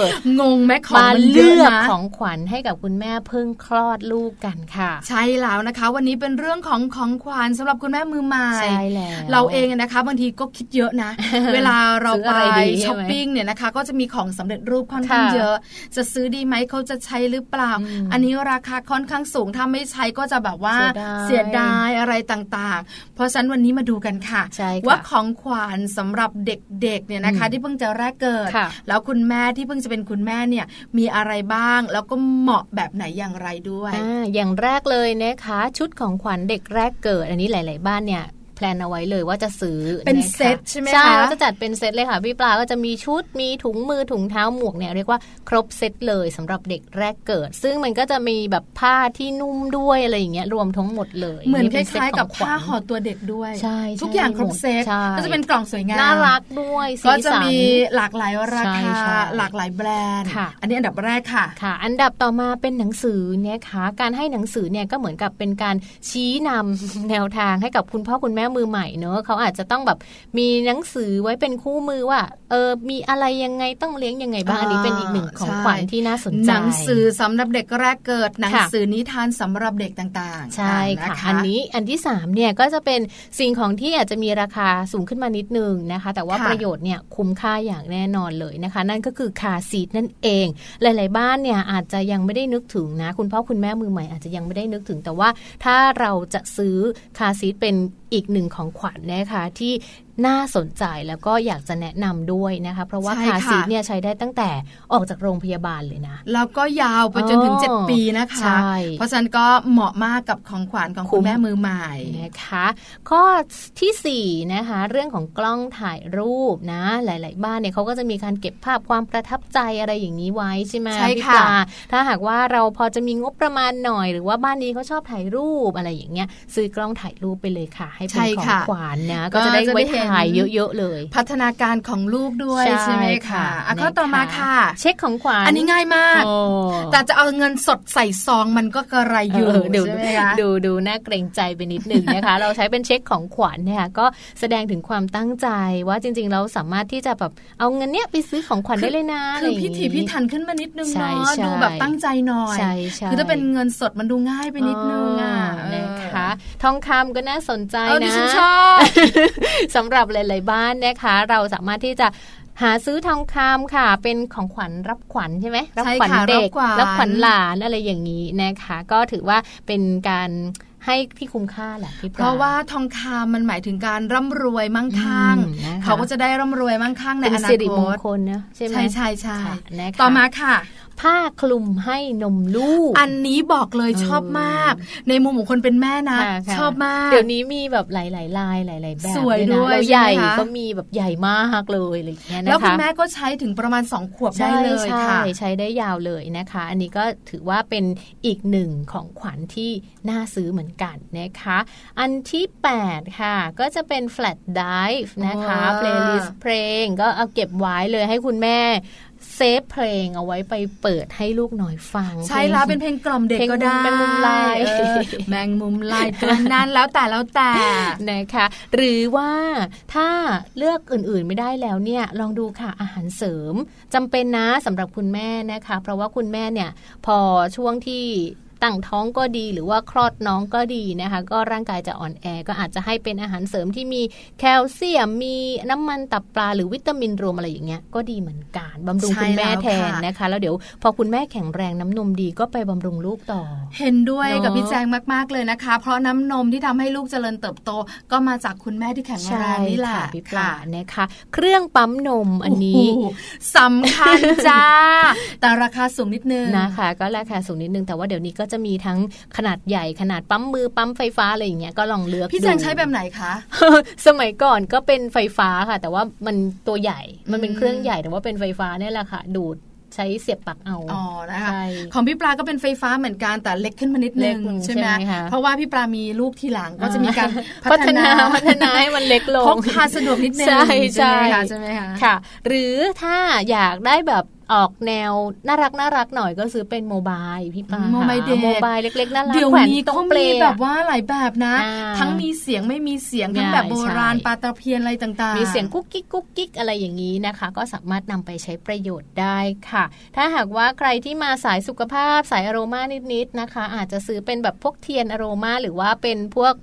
B: อ
C: งงไหมของ
B: มา
C: มันเย
B: เลื
C: อะ
B: อก
C: นะ
B: ของขวัญให้กับคุณแม่เพิ่งคลอดลูกกันค่ะ
C: ใช่แล้วนะคะ วันนี้เป็นเรื่องของของขวัญสำหรับคุณแม่มือใหม่
B: ใช่แล้ว
C: เราเองอะนะคะบางทีก็คิดเยอะ นะ เวลาเรา
B: ซื้อ
C: ไป
B: อะไรดีใช่ไหม
C: ช้อปปิ้งเนี่ยนะคะ ก็จะมีของสำเร็จรูปค่อนข้าง
B: ค่ะ
C: เยอะ จะซื้อดีไหมเขาจะใช้หรือเปล่า
B: อืม
C: อันนี้ราคาค่อนข้างสูงถ้าไม่ใช้ก็จะแบบว่า
B: เสี
C: เสีย
B: ย
C: ดา
B: ดาย ย
C: อะไรต่างๆ เพราะฉะนั้นวันนี้มาดูกันค่ะ
B: ใช่ค่ะ
C: ว่าของขวัญสำหรับเด็กๆเนี่ยนะคะ
B: อืม
C: ที่เพิ่งจะแรกเกิด
B: ค่ะ
C: แล้วคุณแม่ที่เพิ่งจะเป็นคุณแม่เนี่ยมีอะไรบ้าง แล้วก็เหมาะแบบไหนอย่างไรด้วย
B: อ่าอย่างแรกเลยนะคะ ชุดของขวัญเด็กแรกเกิด อันนี้หลาย ๆ บ้านเนี่ยแพลนเอาไว้เลยว่าจะซื้อ
C: เป็น
B: ค
C: เซตใช่ไหม
B: ใช่
C: คะ
B: ก็จะจัดเป็นเซตเลยค่ะพี่ปลาก็จะมีชุดมีถุงมือถุงเท้าหมวกเนี่ยเรียกว่าครบเซตเลยสำหรับเด็กแรกเกิด ซึ่งมันก็จะมีแบบผ้าที่นุ่มด้วยอะไรอย่างเงี้ยรวมทั้งหมดเลย
C: เหมือนค
B: ป็ซต
C: ล้ายๆ กับ
B: งขวั
C: ผ้า
B: ญ
C: ห่อตัวเด็กด้วย
B: ใช่ใช่
C: ทุกอย่างครบเซต
B: ใช่
C: ก็จะเป็นกล่องสวยงาม
B: น่ารักด้วยสี
C: ก็จะ
B: สัน
C: มีหลากหลายรา
B: ใช่
C: คา
B: ใช่
C: หลากหลายแบรนด์
B: ค่ะ
C: อันนี้อันดับแรกค่ะ
B: ค่ะ อันดับต่อมาเป็นหนังสือนะคะการให้หนังสือเนี่ยก็เหมือนกับเป็นการชี้นำ แนวทางให้กับคุณพ่อคุณแม่มือใหม่เนอะเขาอาจจะต้องแบบมีหนังสือไว้เป็นคู่มือว่าเออมีอะไรยังไงต้องเลี้ยงยังไงบ้างอันนี้เป็นอีกหนึ่งของ
C: ใช่
B: ขวัญที่น่าสนใจ
C: หนังสือสำหรับเด็กแรกเกิด หนัง
B: ค่ะ
C: สือนิทานสำหรับเด็กต่างๆ
B: ใช่ค่ะ
C: น
B: อันนี้อันที่3เนี่ยก็จะเป็นสิ่งของที่อาจจะมีราคาสูงขึ้นมานิดนึงนะคะ แต่ว่า
C: ค่ะ
B: ประโยชน์เนี่ยคุ้มค่าอย่างแน่นอนเลยนะคะ นั่นก็คือคาร์ซีทนั่นเอง หลาย ๆ บ้านเนี่ยอาจจะยังไม่ได้นึกถึงนะ คุณพ่อคุณแม่มือใหม่อาจจะยังไม่ได้นึกถึง แต่ว่าถ้าเราจะซื้อคาร์ซีทเป็นอีกหนึ่งของขวัญนะคะที่น่าสนใจแล้วก็อยากจะแนะนำด้วยนะคะ เพราะว่า
C: ใช่
B: คา
C: ค่ะ
B: ร์ซีทเนี่ยใช้ได้ตั้งแต่ออกจากโรงพยาบาลเลยนะ
C: แล้วก็ยาวไปจนถึง
B: อ๋อ
C: 7 ปีนะคะ
B: ใช่
C: เพราะฉะนั้นก็เหมาะมากกับของขวัญของ
B: คุ้
C: คุณ
B: ม
C: แม่มือใหม่
B: นะคะข้อทีสี่4นะคะเรื่องของกล้องถ่ายรูปนะ หลาย ๆ บ้านเนี่ยเขาก็จะมีการเก็บภาพความประทับใจอะไรอย่างนี้ไว้ใช่ไหม
C: ใช่
B: พี่
C: ค่ะ
B: ปลาถ้าหากว่าเราพอจะมีงบประมาณหน่อย หรือว่าบ้านนี้เขาชอบถ่ายรูปอะไรอย่างเงี้ยซื้อกล้องถ่ายรูปไปเลยค่ะ ให้
C: ใช่
B: เป็นของ
C: ค่ะ
B: ขวัญนะ
C: ก็
B: ก็จะได้
C: จะได้
B: ไว้
C: เห็น
B: ถ่ายเยอะ ๆ เลย
C: พัฒนาการของลูกด้วยใช่ไหมคะอ่ะข้อต่อมาค่ะ
B: เช็คของขวัญ
C: อันนี้ง่ายมาก
B: โอ้
C: แต่จะเอาเงินสดใส่ซองมันก็กระไรอยู่
B: เออดู
C: ใช่ไหมคะ
B: ดูดูน่าเกรงใจไปนิดหนึ่งนะคะ เราใช้เป็นเช็คของขวัญเนี่ยค่ะก็แสดงถึงความตั้งใจว่าจริงๆ เราสามารถที่จะแบบเอาเงินเนี้ยไปซื้อของขวัญได้เลยนะ
C: คือ
B: อะไร
C: พิ
B: ย่างงี้
C: ถีพิถันขึ้นมานิดนึง
B: ใช่
C: เนาะ
B: ใช่
C: ดูแบบตั้งใจหน่อย
B: ใช่ใช่
C: คือถ้าเป็นเงินสดมันดูง่ายไปนิดนึงอ่ะเออ
B: นะคะ ทองคำก็น่าสนใจ
C: เออดิ
B: นะ
C: ฉันชอบ
B: สำหรับหลาย ๆ บ้านนะคะ เราสามารถที่จะหาซื้อทองคำค่ะ เป็นของขวัญรับขวัญใช่ไหมรัขวัญเด็กรับขวัญหลานอะไรอย่างนี้นะคะ ก็ถือว่าเป็นการให้ที่คุ้มค่าแหละพี่ปล
C: เพราะว่าทองคำมันหมายถึงการร่ำรวยมั่งคั่ง
B: อืมนะคะ
C: เขาก็จะได้ร่ำรวยมั่งคั่งใน
B: เป็น
C: อนา
B: สิริ
C: ค
B: มง
C: ต
B: คลนะใช่ไหม
C: ใช่ใช่ใช่
B: ค่ะนะคะ
C: ต่อมาค่ะ
B: ผ้าคลุมให้นมลูก
C: อันนี้บอกเลย
B: เออ
C: ชอบมาก ในมุมของคนเป็นแม่นะ
B: ค่ะค่ะ
C: ชอบมาก
B: เดี๋ยวนี้มีแบบหลายๆลายหลาย ๆ แบบ
C: สวยด้วย
B: นะเรา
C: ใช่ไหม
B: ใหญ่
C: คะ
B: ก็มีแบบใหญ่มากเลยอะไรอย่างเงี้ยนะคะ
C: แล้วคุณแม่ก็ใช้ถึงประมาณสองขวบได้เลย
B: ใช่
C: ค่ะ
B: ใช่ใช้ได้ยาวเลยนะคะ อันนี้ก็ถือว่าเป็นอีกหนึ่งของขวัญที่น่าซื้อเหมือนกันนะคะ อันที่ 8 ค่ะ ก็จะเป็น flat dive นะคะ
C: อ๋อ
B: playlist เพลงก็เอาเก็บไว้เลยให้คุณแม่เซฟเพลงเอาไว้ไปเปิดให้ลูกหน่อยฟัง
C: ใช่แล้วเป็นเพลงกล่อมเด็ก
B: เพลง
C: ก็ได้
B: แมงมุมลาย
C: เออแมงมุมลายตัวนั้นแล้วแต่แล้วแต่
B: นะคะ หรือว่าถ้าเลือกอื่นๆไม่ได้แล้วเนี่ยลองดูค่ะอาหารเสริมจำเป็นนะสำหรับคุณแม่นะคะ เพราะว่าคุณแม่เนี่ยพอช่วงที่ตั้งท้องก็ดี หรือว่าคลอดน้องก็ดีนะคะ ก็ร่างกายจะอ่อนแอก็อาจจะให้เป็นอาหารเสริมที่มีแคลเซียมมีน้ำมันตับปลาหรือวิตามินรวมอะไรอย่างเงี้ยก็ดีเหมือนกันบำรุงคุณแม่แทนนะคะ แล้วเดี๋ยวพอคุณแม่แข็งแรงน้ำนมดีก็ไปบำรุงลูกต่อ
C: เห็นด้วย
B: เนอะ
C: กับพี่แจงมาก ๆ เลยนะคะ เพราะน้ำนมที่ทำให้ลูกเจริญเติบโต ก็มาจากคุณแม่ที่แข็งแรงนี่แหละ
B: ใช่ค่พี่ปลานะคะ เครื่องปั๊มนมอันนี้
C: โอ้โหสำคัญจ้า แต่ราคาสูงนิดนึง
B: นะคะก็ราคาสูงนิดนึงแต่ว่าเดี๋ยวนี้ก็จะมีทั้งขนาดใหญ่ขนาดปั๊มมือปั๊มไฟฟ้าอะไรอย่างเงี้ยก็ลองเลือก
C: พี่แจง
B: ดู
C: ใช้แบบไหนคะ
B: สมัยก่อนก็เป็นไฟฟ้าค่ะ แต่ว่ามันตัวใหญ่มันเป็น
C: อืม
B: เครื่องใหญ่แต่ว่าเป็นไฟฟ้าเนี่ยแหละค่ะ ดูดใช้เสียบปลั๊กเอา
C: อ๋อนะคะ
B: ใช่
C: ของพี่ปลาก็เป็นไฟฟ้าเหมือนกันแต่เล็กขึ้นมานิดนึง
B: เล็กลง
C: ใช่ไหม
B: ใช่ไหมคะ
C: เพราะว่าพี่ปลามีลูกทีหลังก็จะมีการ
B: พัฒนาพัฒนาให้มันเล็กลง
C: พกพาสะดวกนิดนึง
B: ใช่
C: ใช่ไหม
B: ใช่
C: คะใช่ไหมคะ
B: ค่ะ หรือถ้าอยากได้แบบ ออกแนวน่ารักน่ารักหน่อยก็ซื้อเป็นโมบายพี่ปา
C: โมบายเด็ก
B: โมบายเล็กๆน่ารัก
C: เดี๋ยว
B: แขวน
C: นี้
B: ตรง
C: เขา
B: เปล
C: มี
B: อะ
C: แบบว่าหลายแบบนะ
B: อ่า
C: ทั้งมีเสียงไม่มีเสียง
B: ใช่
C: ทั้งแบบโบราณ
B: ใช่
C: ปลาตะเพียนอะไรต่างๆ
B: มีเสียงกุ๊กกิ๊กกุ๊กกิ๊กอะไรอย่างนี้นะคะ ก็สามารถนำไปใช้ประโยชน์ได้ค่ะ ถ้าหากว่าใครที่มาสายสุขภาพสายอโรมานิดๆนะคะ อาจจะซื้อเป็นแบบพวกเทียนอโรมาหรือว่าเป็นพวก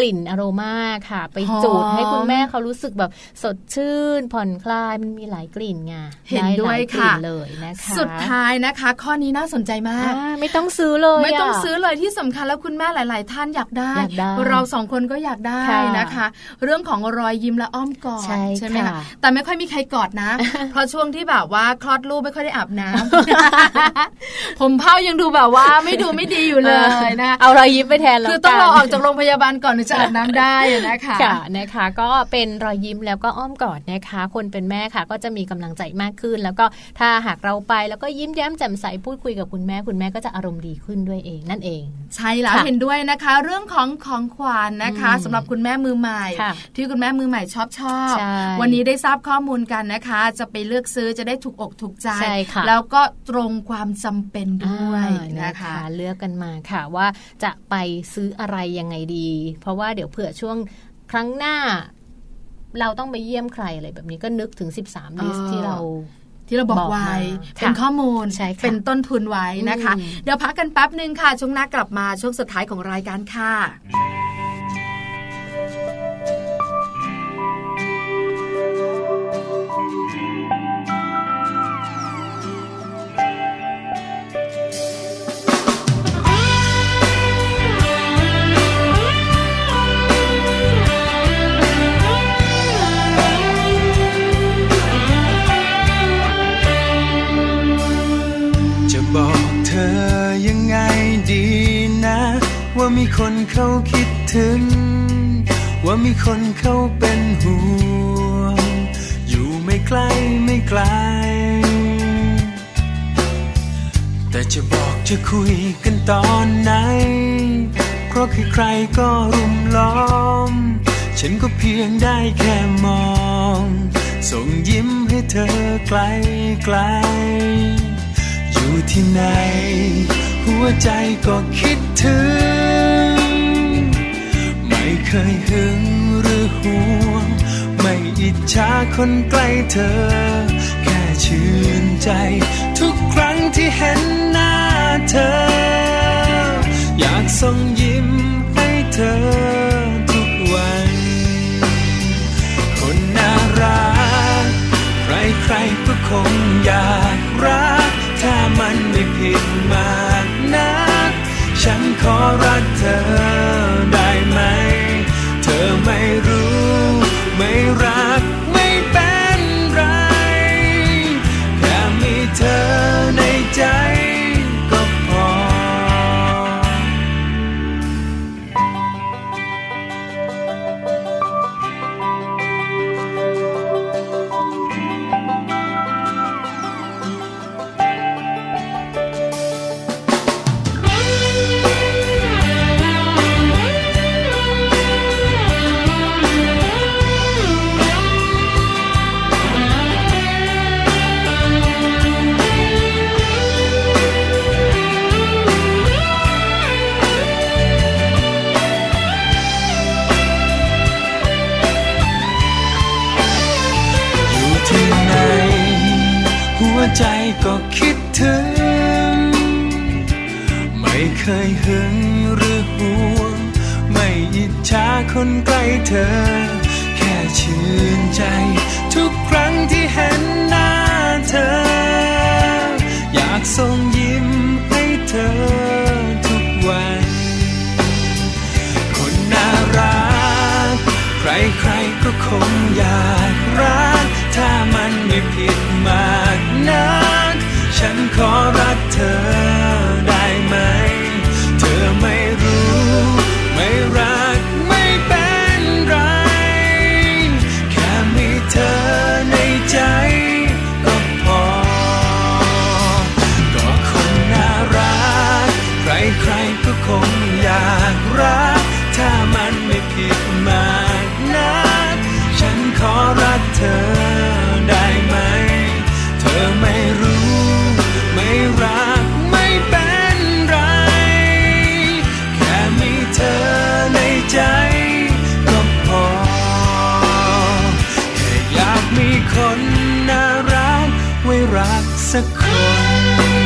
B: กลิ่นอโรมาค่ะ ไป
C: หอม
B: จูดให้คุณแม่เขารู้สึกแบบสดชื่น ผ่อนคลายมันมีหลายกลิ่นไง
C: เห็น
B: ไลา
C: ด้วย
B: กลิ่
C: ค่ะ
B: นเลยนะคะ
C: สุดท้ายนะคะ ข้อนี้น่าสนใจมาก
B: อ่าไม่ต้องซื้อเลย
C: ไม่ต้อง
B: ะ
C: ซื้อเลยที่สำคัญแล้วคุณแม่หลาย ๆ ท่านอยากได้
B: อยากได้
C: เราสองคนก็อยากได้
B: ค่ะ
C: นะคะ เรื่องของรอยยิ้มและอ้อมกอด
B: ใช่
C: ไหม
B: ค่ะ
C: แต่ไม่ค่อยมีใครกอด นะ เพราะช่วงที่แบบว่าคลอดลูกไม่ค่อยได้อาบน้ำ ผมเผ้ายังดูแบบว่าไม่ดูไม่ดีอยู่เลยนะ
B: เอารอยยิ้มไปแทนแล้ว
C: คือต้อง
B: น
C: รอออกจากโรงพยาบาลก่อนถึงจะอาบน้ำได้อะนะคะ
B: ค่ะนะคะก็เป็นรอยยิ้มแล้วก็อ้อมกอดนะคะ คนเป็นแม่ค่ะ ก็จะมีกำลังใจมากขึ้น แล้วก็ถ้าหากเราไปแล้วก็ยิ้มแย้มแจ่มใสพูดคุยกับคุณแม่คุณแม่ก็จะอารมณ์ดีขึ้นด้วยเองนั่นเอง
C: ใช่แล้ว
B: ค่ะ
C: เห็นด้วยนะคะ เรื่องของของขวัญนะคะ
B: อืม
C: สำหรับคุณแม่มือใหม่
B: ค่ะ
C: ที่คุณแม่มือใหม่ชอบชอบ
B: ใช่
C: วันนี้ได้ทราบข้อมูลกันนะคะ จะไปเลือกซื้อจะได้ถูกอกถูกใจ
B: ใช่ค่ะ
C: แล้วก็ตรงความจำเป็นด้วย
B: อ่า
C: นะคะ
B: เลือกกันมาค่ะว่าจะไปซื้ออะไรยังไงดี เพราะว่าเดี๋ยวเผื่อช่วงครั้งหน้า เราต้องไปเยี่ยมใครอะไรแบบนี้ก็นึกถึง 13 ลิสต์ที่เรา
C: ที่เราบอก
B: บอกมา
C: ไว้
B: ค่ะ
C: เป็นข้อมูล
B: ใช่ค่ะ
C: เป็นต้นทุนไว้นะคะ
B: อืม
C: เดี๋ยวพักกันแป๊บหนึ่งค่ะ ช่วงหน้ากลับมาช่วงสุดท้ายของรายการค่ะ
G: จะบอกเธอยังไงดีนะ ว่ามีคนเขาคิดถึง ว่ามีคนเขาเป็นห่วง อยู่ไม่ไกลไม่ไกล แต่จะบอกจะคุยกันตอนไหน เพราะใครๆก็รุมล้อม ฉันก็เพียงได้แค่มอง ส่งยิ้มให้เธอไกลไกลๆอยู่ที่ไหน หัวใจก็คิดถึง ไม่เคยหึงหรือหวง ไม่อิจฉาคนใกล้เธอ แค่ชื่นใจ ทุกครั้งที่เห็นหน้าเธอ อยากส่งยิ้มให้เธอทุกวัน คนน่ารัก ใครใครๆก็คงอยากรัก ถ้ามันไม่ผิดมากนัก ฉันขอรักเธอได้ไหม เธอไม่รู้ ไม่รักไม่เป็นไร แค่มีเธอในใจก็พอ อยู่ที่ไหน หัวใจก็คิดถึง ไม่เคยหึงหรือหวง ไม่อิจฉาคนใกล้เธอ แค่ชื่นใจ ทุกครั้งที่เห็นหน้าเธอ อยากส่งยิ้มให้เธอทุกวัน คนน่ารัก ใครใครๆก็คงอยากรัก ถ้ามันไม่ผิดมากนัก ฉันขอรักเธอได้ไหม เธอไม่รู้ ไม่รักไม่เป็นไร แค่มีเธอในใจก็พอ ก็คนน่ารัก ใครใครๆก็คงอยากรัก ถ้ามันไม่ผิดมากนัก ฉันขอรักเธอได้ไหม เธอไม่รู้ รักสักคน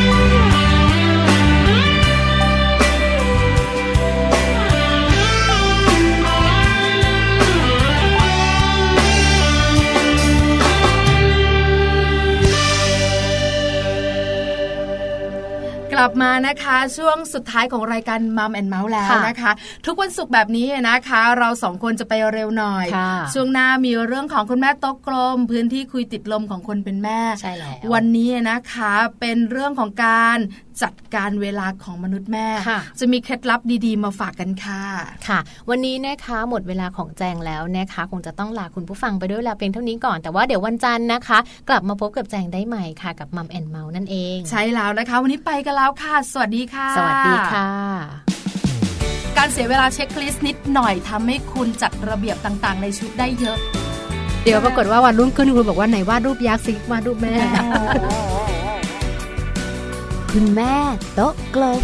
C: กลับมานะคะช่วงสุดท้ายของรายการมัมแอนเมาส์แล้ว
B: ค่ะ
C: นะคะ ทุกวันศุกร์แบบนี้นะคะ เราสองคนจะไปเร็วหน่อย
B: ค่ะ
C: ช่วงหน้ามีเรื่องของคุณแม่โต๊ะกลม พื้นที่คุยติดลมของคนเป็นแม่
B: ใช่แล้ว
C: วันนี้นะคะเป็นเรื่องของการจัดการเวลาของมนุษย์แม่
B: ค่ะ
C: จะมีเคล็ดลับดีๆ มาฝากกันค่ะ
B: ค่ะ วันนี้นะคะหมดเวลาของแจงแล้วนะคะ คงจะต้องลาคุณผู้ฟังไปด้วยเวลาเพียงเท่านี้ก่อน แต่ว่าเดี๋ยววันจันทร์นะคะ กลับมาพบกับแจงได้ใหม่ค่ะ กับมัมแอนเมาส์นั่นเอง
C: ใช่แล้วนะคะ วันนี้ไปกันแล้วค่ะ สวัสดีค่ะ
B: สวัสดีค่ะ
C: การเสียเวลาเช็คลิสต์นิดหน่อยทำให้คุณจัดระเบียบต่างๆ ในชีวิตได้เยอะ
H: เดี๋ยวปรากฏว่าวันรุ่งขึ้นคุณบอกว่าไหนวาดรูปยักษ์สิวาดรูปแม่
F: คุณแม่โต๊ะกลม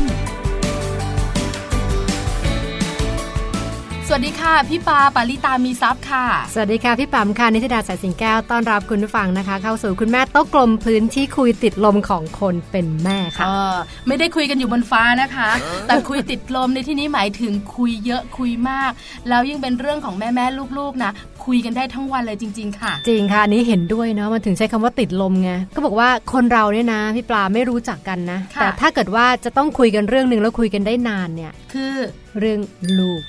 C: สวัสดีค่ะ พี่ปาปาลิตามีซับค่ะ
H: สวัสดีค่ะ พี่ปั๊มค่ะ นิติดาสายสิงแก้วต้อนรับคุณผู้ฟังนะคะ เข้าสู่คุณแม่โต๊ะกลมพื้นที่คุยติดลมของคนเป็นแม่ค่ะ
C: เออไม่ได้คุยกันอยู่บนฟ้านะคะ แต่คุยติดลมในที่นี้หมายถึงคุยเยอะคุยมาก แล้วยิ่งเป็นเรื่องของแม่แม่ๆลูกๆนะคุยกันได้ทั้งวันเลยจริง ๆ ค่ะ
H: จริงค่ะอันนี้เห็นด้วยเนาะมันถึงใช้คำว่าติดลมไงก็บอกว่าคนเราเนี่ยนะพี่ปลาไม่รู้จักกันนะ
C: ค่ะ
H: แต่ถ้าเกิดว่าจะต้องคุยกันเรื่องหนึ่งแล้วคุยกันได้นานเนี่ย
C: คือ
H: เรื่องลูก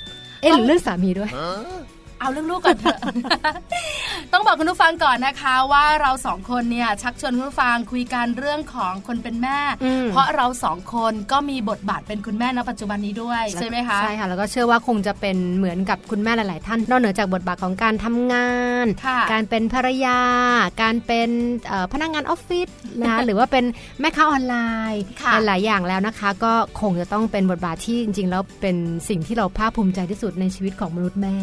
H: เอ๊ะหรือเรื่องสามีด้วย
C: เอาเรื่องลูกก่อนเถอะ ต้องบอกคุณผู้ฟังก่อนนะคะว่าเราสองคนเนี่ยชักชวนคุณผู้ฟังคุยกันเรื่องของคนเป็นแม่
H: อืม
C: เพราะเราสองคนก็มีบทบาทเป็นคุณแม่ณปัจจุบันนี้ด้วยใช่ไหมคะ
H: ใช่ค่ะ แล้วก็เชื่อว่าคงจะเป็นเหมือนกับคุณแม่หลาย ๆ ท่าน นอกเหนือจากบทบาทของการทำงาน
C: ค่ะ
H: การเป็นภรรยา การเป็นเอ่อพนักงานออฟฟิศนะคะ หรือว่าเป็นแม่ค้าออนไลน์
C: ค่ะ
H: หลาย ๆ อย่างแล้วนะคะ ก็คงจะต้องเป็นบทบาทที่จริง ๆ แล้วเป็นสิ่งที่เราภาคภูมิใจที่สุดในชีวิตของมนุษย์แม่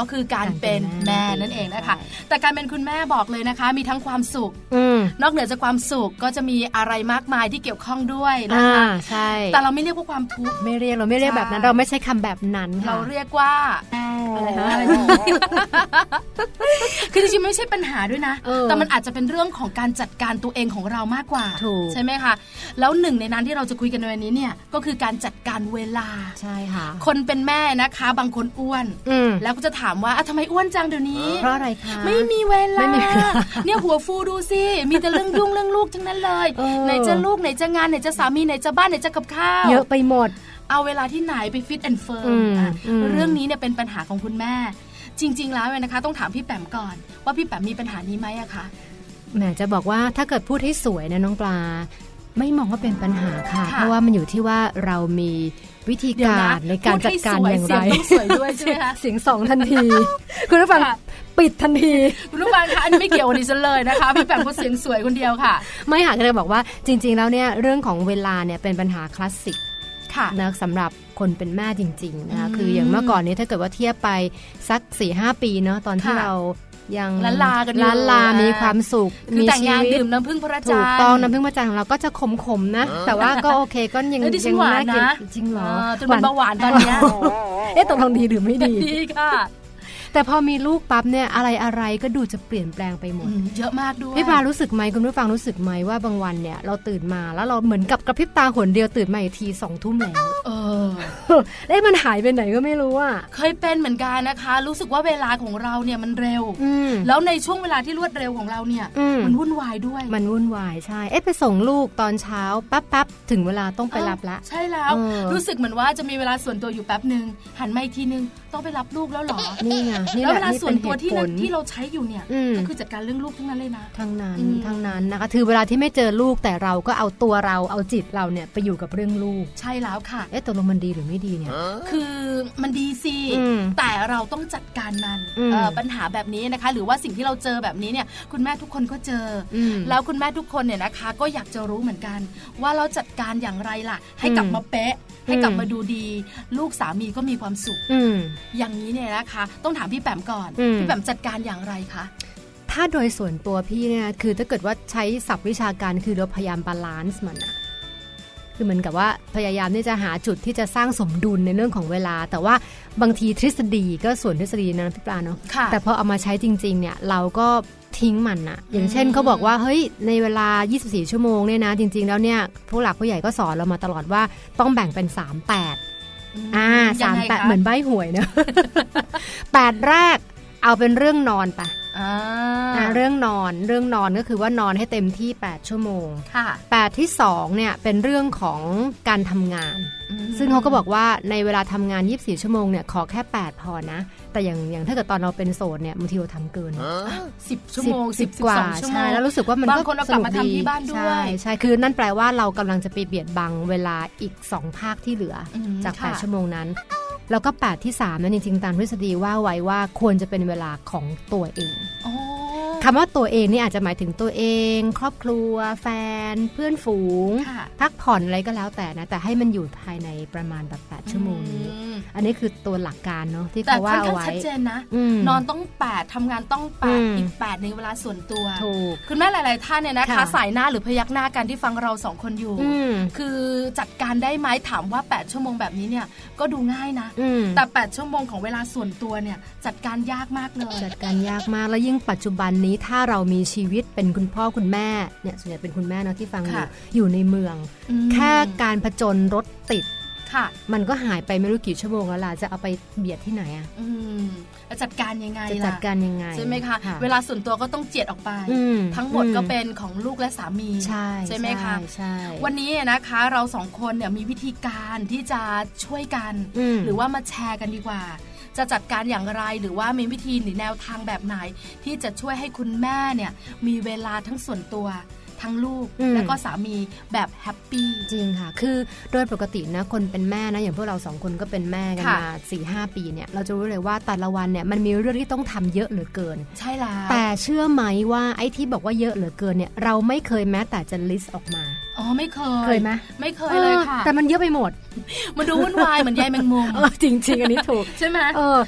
C: ก็คือการ
H: การ
C: เป็
H: เป็
C: น
H: นแม่
C: แม่นั่นเองนะคะ
H: ใช่
C: แต่การเป็นคุณแม่บอกเลยนะคะ มีทั้งความสุข
H: อืม
C: นอกเหนือจากความสุขก็จะมีอะไรมากมายที่เกี่ยวข้องด้วยนะ
H: อ่า
C: คะ
H: ใช่
C: แต่เราไม่เรียกว่าความทุกข์
H: ไม่เรียกเราไม่เรียกแบบนั้น
C: ใช่
H: เราไม่ใช้คำแบบนั้นค่ะ
C: เราเรียกว่าอะไรนะอะไร นะคือจริงๆมันไม่ใช่ปัญหาด้วยนะ
H: เออ
C: แต่มันอาจจะเป็นเรื่องของการจัดการตัวเองของเรามากกว่า
H: ถูก
C: ใช่ไหมคะ แล้วหนึ่งในนั้นที่เราจะคุยกันในวันนี้เนี่ยก็คือการจัดการเวลา
H: ใช่ค่ะ
C: คนเป็นแม่นะคะ บางคนอ้วน
H: อืม
C: แล้วก็จะถามว่าอ่ะทำไมอ้วนจังเดี๋ยวนี้
H: เพราะอะไรคะ
C: ไม่มีเวลา
H: ไม่มีเวลา
C: เนี่ยหัวฟูดูสิ มีแต่เรื่องยุ่งเรื่องลูกทั้งนั้นเลย
H: เออ
C: ไหนจะลูกไหนจะงานไหนจะสามีไหนจะบ้านไหนจะกับข้าว
H: เยอะไปหมด
C: เอาเวลาที่ไหนไปฟิตแอนด์เฟิร์
H: อืม
C: อ่ะ
H: อืม
C: เรื่องนี้เนี่ยเป็นปัญหาของคุณแม่ จริง ๆ แล้วเนี่ยนะคะ ต้องถามพี่แปมก่อน ว่าพี่แปมมีปัญหานี้ไหมอะคะ
H: แหมจะบอกว่าถ้าเกิดพูดให้สวยนะน้องปลา ไม่มองว่าเป็นปัญหาค่ะ
C: ค่ะ
H: เพราะว่ามันอยู่ที่ว่าเรามีวิธีการในการจัดการอย่าง
C: พู
H: ไร
C: ดให้สวยเสียงต้องสวยด้วยใช่ไหมคะ
H: เสียงสองทันที คุณผู้ฟัง
C: ค่ะ
H: ปิดทันที
C: คุณผู้ฟังคะอันนี้ไม่เกี่ยวกับดิฉันเลยนะคะ พี่แปมเขาเสียงสวยคนเดียวค่ะ
H: ไม่หากเลยบอกว่าจริง ๆ แล้วเนี่ยเรื่องของเวลาเนี่ยเป็นปัญหาคลาสสิก
C: ค่ะ
H: นะสำหรับคนเป็นแม่จริงๆนะคะ
C: อืม
H: คืออย่างเมื่อก่อนเนี้ถ้าเกิดว่าเทียบไปสัก4ี่หปีเนาะตอนที่
C: ค่ะ
H: เรายัง
C: ล้านลากันอยู่
H: ล้านลา
C: อ่ามี
H: มีความสุข
C: คือ
H: มี
C: แต่ง
H: ชี
C: งาน
H: วิต
C: ดื่มน้ำผึ้งพระ
H: ถู
C: จัน
H: ก
C: ทร์
H: ต้องน้ำผึ้งมะจันทร์ของเราก็จะขมๆนะ แต่ว่าก็โอเคก็ยัง
C: เอ้ยดิฉั
H: ยั
C: นหวาน
H: น่ากิ
C: นะ
H: จริงเหรอ
C: เออจนเป็นเบาหวานตอนเนี้ย
H: เอ๊ะตกลงดีหรือไม่ดี
C: ดีค่ะ
H: แต่พอมีลูกปั๊บเนี่ยอะไรอะไรๆก็ดูจะเปลี่ยนแปลงไปหมด
C: เยอะมากด้วย
H: พี่ปลารู้สึกไหมคุณผู้ฟังรู้สึกไหมว่าบางวันเนี่ยเราตื่นมาแล้วเราเหมือนกับกระพริบตาหนเดียวตื่นมาอีกทีสองทุ่มแล้ว
C: เออ
H: เอ๊ะมันหายไปไหนก็ไม่รู้อ่ะ
C: เคยเป็นเหมือนกันนะคะ รู้สึกว่าเวลาของเราเนี่ยมันเร็ว
H: อืม
C: แล้วในช่วงเวลาที่รวดเร็วของเราเนี่ย
H: อืม
C: มันวุ่นวายด้วย
H: มันวุ่นวายใช่ เอ๊ะไปส่งลูกตอนเช้าปั๊บปั๊บๆถึงเวลาต้องไปรับละ
C: ใช่แล้ว
H: เออ
C: รู้สึกเหมือนว่าจะมีเวลาส่วนตัวอยู่แป๊บหนึ่งหันมาอีกทีนึงต้องไปรับลูกแล้วเหรอ
H: นี่ไงนี่
C: แล้ว
H: แห
C: เว
H: ละ
C: ลา
H: นี่
C: ส่ว
H: เป็น นเห
C: ตัว
H: ตุ
C: ที่
H: ผ
C: นั่
H: ล
C: นที่เราใช้อยู่เนี่ย
H: อืม
C: ก็คือจัดการเรื่องลูกทั้งนั้นเลยนะ
H: ทั้งนั้น
C: อืม
H: ทั้งนั้นนะคะคือเวลาที่ไม่เจอลูกแต่เราก็เอาตัวเราเอาจิตเราเนี่ยไปอยู่กับเรื่องลูก
C: ใช่แล้วค่ะ
H: เอ๊ะตกลงมันดีหรือไม่ดีเนี่ย
C: คือมันดีสิ
H: อืม
C: แต่เราต้องจัดการมัน
H: อืม
C: เอ่อปัญหาแบบนี้นะคะ หรือว่าสิ่งที่เราเจอแบบนี้เนี่ย คุณแม่ทุกคนก็เจออ
H: ม
C: แล้วคุณแม่ทุกคนเนี่ยนะคะ ก็อยากจะรู้เหมือนกัน ว่าเราจัดการอย่างไรล่ะ ให้กลับ
H: อืม
C: มาเป๊ะ ให้กลับ
H: อืม
C: มาดูดี ลูกสามีก็มีความสุข
H: อืม
C: อย่างนี้เนี่ยนะคะ ต้องถามพี่แปมก่อน
H: อืม
C: พี่แปมจัดการอย่างไรคะ
H: ถ้าโดยส่วนตัวพี่เนี่ยคือถ้าเกิดว่าใช้ศัพท์วิชาการคือเราพยายามบาลานซ์มันอะคือเหมือนกับว่าพยายามที่จะหาจุดที่จะสร้างสมดุลในเรื่องของเวลา แต่ว่าบางทีทฤษฎีก็ส่วนทฤษฎีนะพี่ปลาเนาะ
C: ค่ะ
H: แต่พอเอามาใช้จริง ๆ เนี่ย เราก็ ทิ้งมันอะอย่างเช่นเขาบอกว่าเฮ้ยในเวลา 24 ชั่วโมงเนี่ยนะ จริง ๆ แล้วเนี่ยผู้หลักผู้ใหญ่ก็สอนเรามาตลอดว่าต้องแบ่งเป็น 3 8อ่า
C: ยั
H: สาง ม
C: ไง
H: แปด
C: คะ
H: เหมือนใบหวยเนอะ แปดแรกเอาเป็นเรื่องนอนไป
C: อ่า
H: อ่าเรื่องนอนเรื่องนอนก็คือว่านอนให้เต็มที่ 8 ชั่วโมง
C: ค่ะ
H: 8 ที่2เนี่ยเป็นเรื่องของการทำงาน
C: อืม
H: ซึ่งเขาก็บอกว่าในเวลาทำงาน 24 ชั่วโมงเนี่ยขอแค่ 8 พอนะ แต่อย่างอย่างถ้าเกิดตอนเราเป็นโสดเนี่ยบางทีเราทำเกิน
C: สิบชั่วโมงสิบ
H: กว่า
C: สองชั่วโม
H: ใช่
C: ง
H: แล้วรู้สึกว่ามัน
C: บางคนเอากลับมา
H: ส
C: ทำที่บ้านด้วย
H: ใช่ใช่คือนั่นแปลว่าเรากำลังจะไปเบียดบังเวลาอีก 2 ภาคที่เหลืออ
C: ม
H: จาก
C: ค่ะ
H: 8 ชั่วโมงนั้น แล้วก็ 8 ที่3นั้นจริงๆตามทฤษฎีว่าไว้ว่าควรจะเป็นเวลาของตัวเอง
C: อ๋อ
H: คำว่าตัวเองนี่อาจจะหมายถึงตัวเอง ครอบครัว แฟน เพื่อนฝูง
C: ค่ะ
H: พักผ่อนอะไรก็แล้วแต่นะ แต่ให้มันอยู่ภายในประมาณแบบ8ชั่วโมงนี้
C: อืม
H: อันนี้คือตัวหลักการเนาะที่
C: แต่ค่
H: เขาว่า
C: อนข้าง
H: เอาไว้
C: ชัดเจนนะ
H: อืม
C: นอนต้องแปดทำงานต้องแปด
H: อืม
C: อีกแปดในเวลาส่วนตัว
H: ถูก
C: คุณแม่หลาย ๆ ท่านเนี่ยนะคะ
H: ค่ะ
C: สายหน้าหรือพยักหน้ากันที่ฟังเราสองคนอยู่
H: อืม
C: คือจัดการได้ไหมถามว่า 8 ชั่วโมงแบบนี้เนี่ยก็ดูง่ายนะ
H: อืม
C: แต่ 8 ชั่วโมงของเวลาส่วนตัวเนี่ย จัดการยากมากเลย
H: จัดการยากมากแล้วยิ่งปัจจุบันนี้ถ้าเรามีชีวิตเป็นคุณพ่อคุณแม่เนี่ยส่วนใหญ่เป็นคุณแม่เนาะที่ฟังอยู่อยู่ในเมือง
C: อืม
H: แค่การผจญรถติด
C: ค่ะ
H: มันก็หายไปไม่รู้กี่ชั่วโมงแล้วล่ะจะเอาไปเบียดที่ไหนอะ
C: อืมแล้วจัดการยังไง
H: จะ
C: ล่ะ
H: จัดการยังไง
C: ใช่ไหมคะ เวลาส่วนตัวก็ต้องเจียดออกไป
H: อืม
C: ทั้งหมด
H: อื
C: ก็เป็นของลูกและสามี
H: ใช่
C: ไหมคะ
H: ใช่
C: วันนี้นะคะเราสองคนเนี่ยมีวิธีการที่จะช่วยกัน
H: ม
C: หรือว่ามาแชร์กันดีกว่า จะจัดการอย่างไรหรือว่ามีวิธีหรือแนวทางแบบไหน ที่จะช่วยให้คุณแม่เนี่ย มีเวลาทั้งส่วนตัว ทั้งลูก แล้วก็สามีแบบแฮปปี้
H: จริงค่ะ คือโดยปกตินะคนเป็นแม่นะอย่างพวกเราสองคนก็เป็นแม่กัน
C: ค่ะ
H: มา4ี่หปีเนี่ยเราจะรู้เลยว่าแต่ละวันเนี่ยมันมีเรื่องที่ต้องทำเยอะเหลือเกิน
C: ใช่แล้ว
H: แต่เชื่อไหมว่าไอ้ที่บอกว่าเยอะเหลือเกินเนี่ยเราไม่เคยแม้แต่จะ list ออกมา
C: อ๋อไม่เคย
H: เคยไหม
C: ไม่เคยเลย
H: ออ
C: ค่ะ
H: แต่มันเยอะไปหมด
C: มันดูวุ่นวายเหมือนยายแมงมุม
H: เออจริง ๆ อันนี้ถูก
C: ใช่ไหม
H: เออ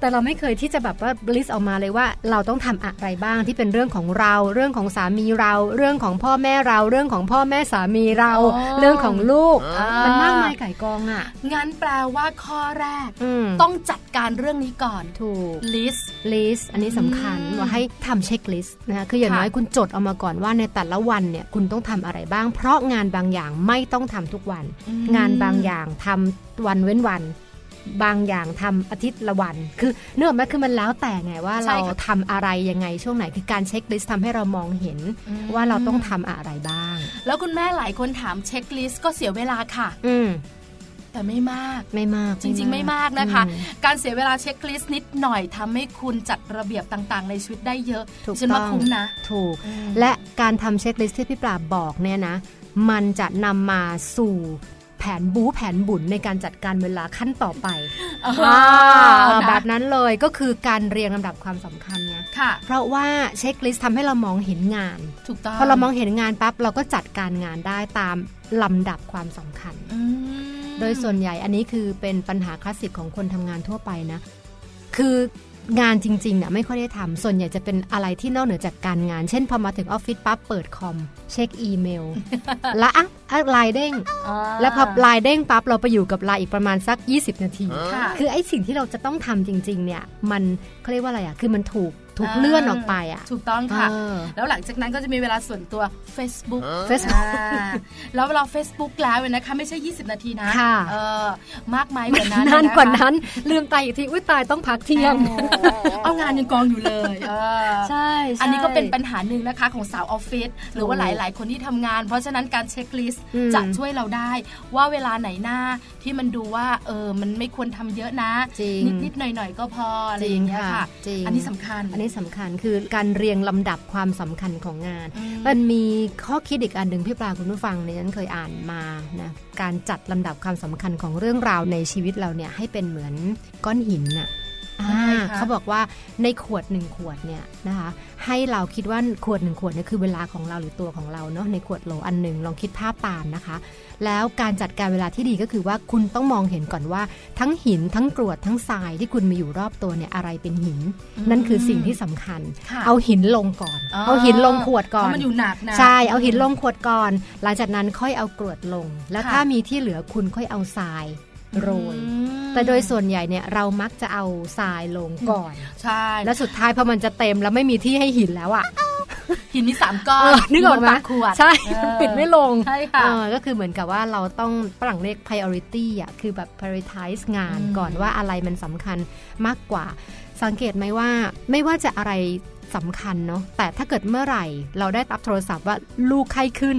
H: แต่เราไม่เคยที่จะแบบว่า list ออกมาเลยว่าเราต้องทำอะไรบ้างที่เป็นเรื่องของเรา เรื่องของสามีเรา เรื่องของพ่อแม่เรา เรื่องของพ่อแม่สามีเรา
C: อ๋อ
H: เรื่องของลูก
C: อ่ามั
H: มันมากมายไก่ายกองอ่ะ
C: งั้นแปลว่าข้อแรก
H: อืม
C: ต้องจัดการเรื่องนี้ก่อน
H: ถูก
C: list
H: list อันนี้สำคัญ
C: อืม
H: ว่าให้ทำเช็ค list นะคะคืออย่าง
C: ค่ะ
H: น้อยคุณจดเออกมาก่อนว่าในแต่ละวันเนี่ยคุณต้องทำอะไรบ้าง เพราะงานบางอย่างไม่ต้องทำทุกวัน งานบางอย่างทำวันเว้นวัน บางอย่างทำอาทิตย์ละวัน คือเนื้ออกไหมันคือมันแล้วแต่ไงว่า
C: ใช่
H: เรา
C: ค่ะ
H: ทำอะไรยังไงช่วงไหนคือการเช็คลิสต์ทำให้เรามองเห็น ว่าเราต้องทำอะไรบ้าง
C: แล้วคุณแม่หลายคนถามเช็คลิสต์ก็เสียเวลาค่ะ
H: อืม
C: แต่ไม่มาก
H: ไม่มาก
C: จริง ๆ ไม่มากนะคะ การเสียเวลาเช็คลิสต์นิดหน่อยทำให้คุณจัดระเบียบต่างๆ ในชีวิตได้เยอะ
H: ถูก
C: ฉัน
H: ต้
C: ว่า
H: อง
C: คุ้มนะ
H: ถูก
C: อืม
H: และการทำเช็คลิสต์ที่พี่ปราบบอกเนี่ยนะ มันจะนำมาสู่แผนบูแผนบุญในการจัดการเวลาขั้นต่อไป
C: นะ
H: แบบนั้นเลยก็คือการเรียงลำดับความสำคัญไง
C: ค่ะ
H: เพราะว่าเช็คลิสต์ทำให้เรามองเห็นงาน
C: ถูกต้อง
H: พอเรามองเห็นงานปั๊บเราก็จัดการงานได้ตามลำดับความสำคัญ
C: อืม
H: โดยส่วนใหญ่อันนี้คือเป็นปัญหาคลาสสิกของคนทำงานทั่วไปนะ คืองานจริงๆน่ะไม่ค่อยได้ทำส่วนใหญ่จะเป็นอะไรที่นอกเหนือจากการงาน เช่นพอมาถึงออฟฟิศปั๊บเปิดคอม เช็คอีเม ล และอ่ะอ่ะไลน์เด้ง
C: อ่า
H: แล้วพอไลน์เด้งปั๊บเราไปอยู่กับไลน์อีกประมาณสัก 20 นาที
C: ค่ะ
H: คือไอ้สิ่งที่เราจะต้องทำจริง ๆ เนี่ย มันเขาเรียกว่าอะไรอ่ะคือมันถูกถูก
C: อ่า
H: เลื่อนออกไปอ่ะ
C: ถูกต้องค่ะ
H: เออ
C: แล้วหลังจากนั้นก็จะมีเวลาส่วนตัว Facebook
H: เฟซบุ๊ก
C: อ่าแล้วเรา Facebook แล้วเนี่ยนะคะ ไม่ใช่ 20 นาทีนะ
H: ค่ะ
C: เออมากมายกว่านั้น
H: นาน
C: เยะคะ
H: กว่านั้น ลืมตายอีกที อุ้ยตายต้องพักเที่ยง
C: เอางานยังกองอยู่เลยเออ
H: ใช่ใช่
C: อันนี้ก็เป็นปัญหาหนึ่งนะคะของสาวออฟฟิศหรือว่าหลาย ๆ คนที่ทำงาน เพราะฉะนั้นการเช็คลิสต์
H: อืม
C: จะช่วยเราได้ ว่าเวลาไหนหน้าที่มันดูว่าเออมันไม่ควรทำเยอะนะ
H: จริง
C: นิด ๆ หน่อย ๆ ก็พออะไรอย่างเงี้ยค่ะ
H: จริงค่ะจริง
C: อันนี้สำคัญ
H: อันนี้สำคัญคือการเรียงลำดับความสำคัญของงาน
C: อืม
H: มันมีข้อคิดอีกอันหนึ่งพี่ปลาคุณผู้ฟังในยฉันเคยอ่านมานะการจัดลำดับความสำคัญของเรื่องราวในชีวิตเราเนี่ยให้เป็นเหมือนก้อนหินน่ะอ่า
C: ยังไงคะ
H: เขาบอกว่าในขวดหนึ่งขวดเนี่ยนะคะให้เราคิดว่าขวดหนึ่งขวดเนี่ยคือเวลาของเราหรือตัวของเราเนาะในขวดโหลอันหนึ่งลองคิดภาพตามนะคะ แล้วการจัดการเวลาที่ดีก็คือว่าคุณต้องมองเห็นก่อนว่า ทั้งหินทั้งกรวดทั้งทรายที่คุณมีอยู่รอบตัวเนี่ยอะไรเป็นหิน นั่นคือสิ่งที่สำคัญ
C: ค่ะ
H: เอาหินลงก่อน
C: อ๋อ
H: เอาหินลงขวดก่อ
C: เพ
H: น
C: ราะมันอยู่หนักนะ
H: ใช่ เอาหินลงขวดก่อน หลังจากนั้นค่อยเอากรวดลง แล้ว
C: ค่ะ
H: ถ้ามีที่เหลือคุณค่อยเอาทราย โรย
C: อืม
H: แต่โดยส่วนใหญ่เนี่ยเรามักจะเอาทรายลงก่อน
C: ใช่
H: แล้วสุดท้ายพอมันจะเต็มแล้วไม่มีที่ให้หินแล้วอ่ะ
C: หินมีสามก้อ
H: เอนอนึกออก
C: ยู่
H: ไห
C: บ
H: ม
C: ปาขวด
H: ใช่
C: เออ
H: ปิดไม่ลง
C: ใช่ค่ะ
H: เออก็คือเหมือนกับว่าเราต้องฝรั่งเรียก priority อ่ะคือแบบ prioritize งาน
C: อืม
H: ก่อนว่าอะไรมันสำคัญมากกว่า สังเกตไหมว่าไม่ว่าจะอะไรสำคัญเนาะแต่ถ้าเกิดเมื่อไหร่ เราได้รับโทรศัพท์ว่าลูกไข้ขึ้น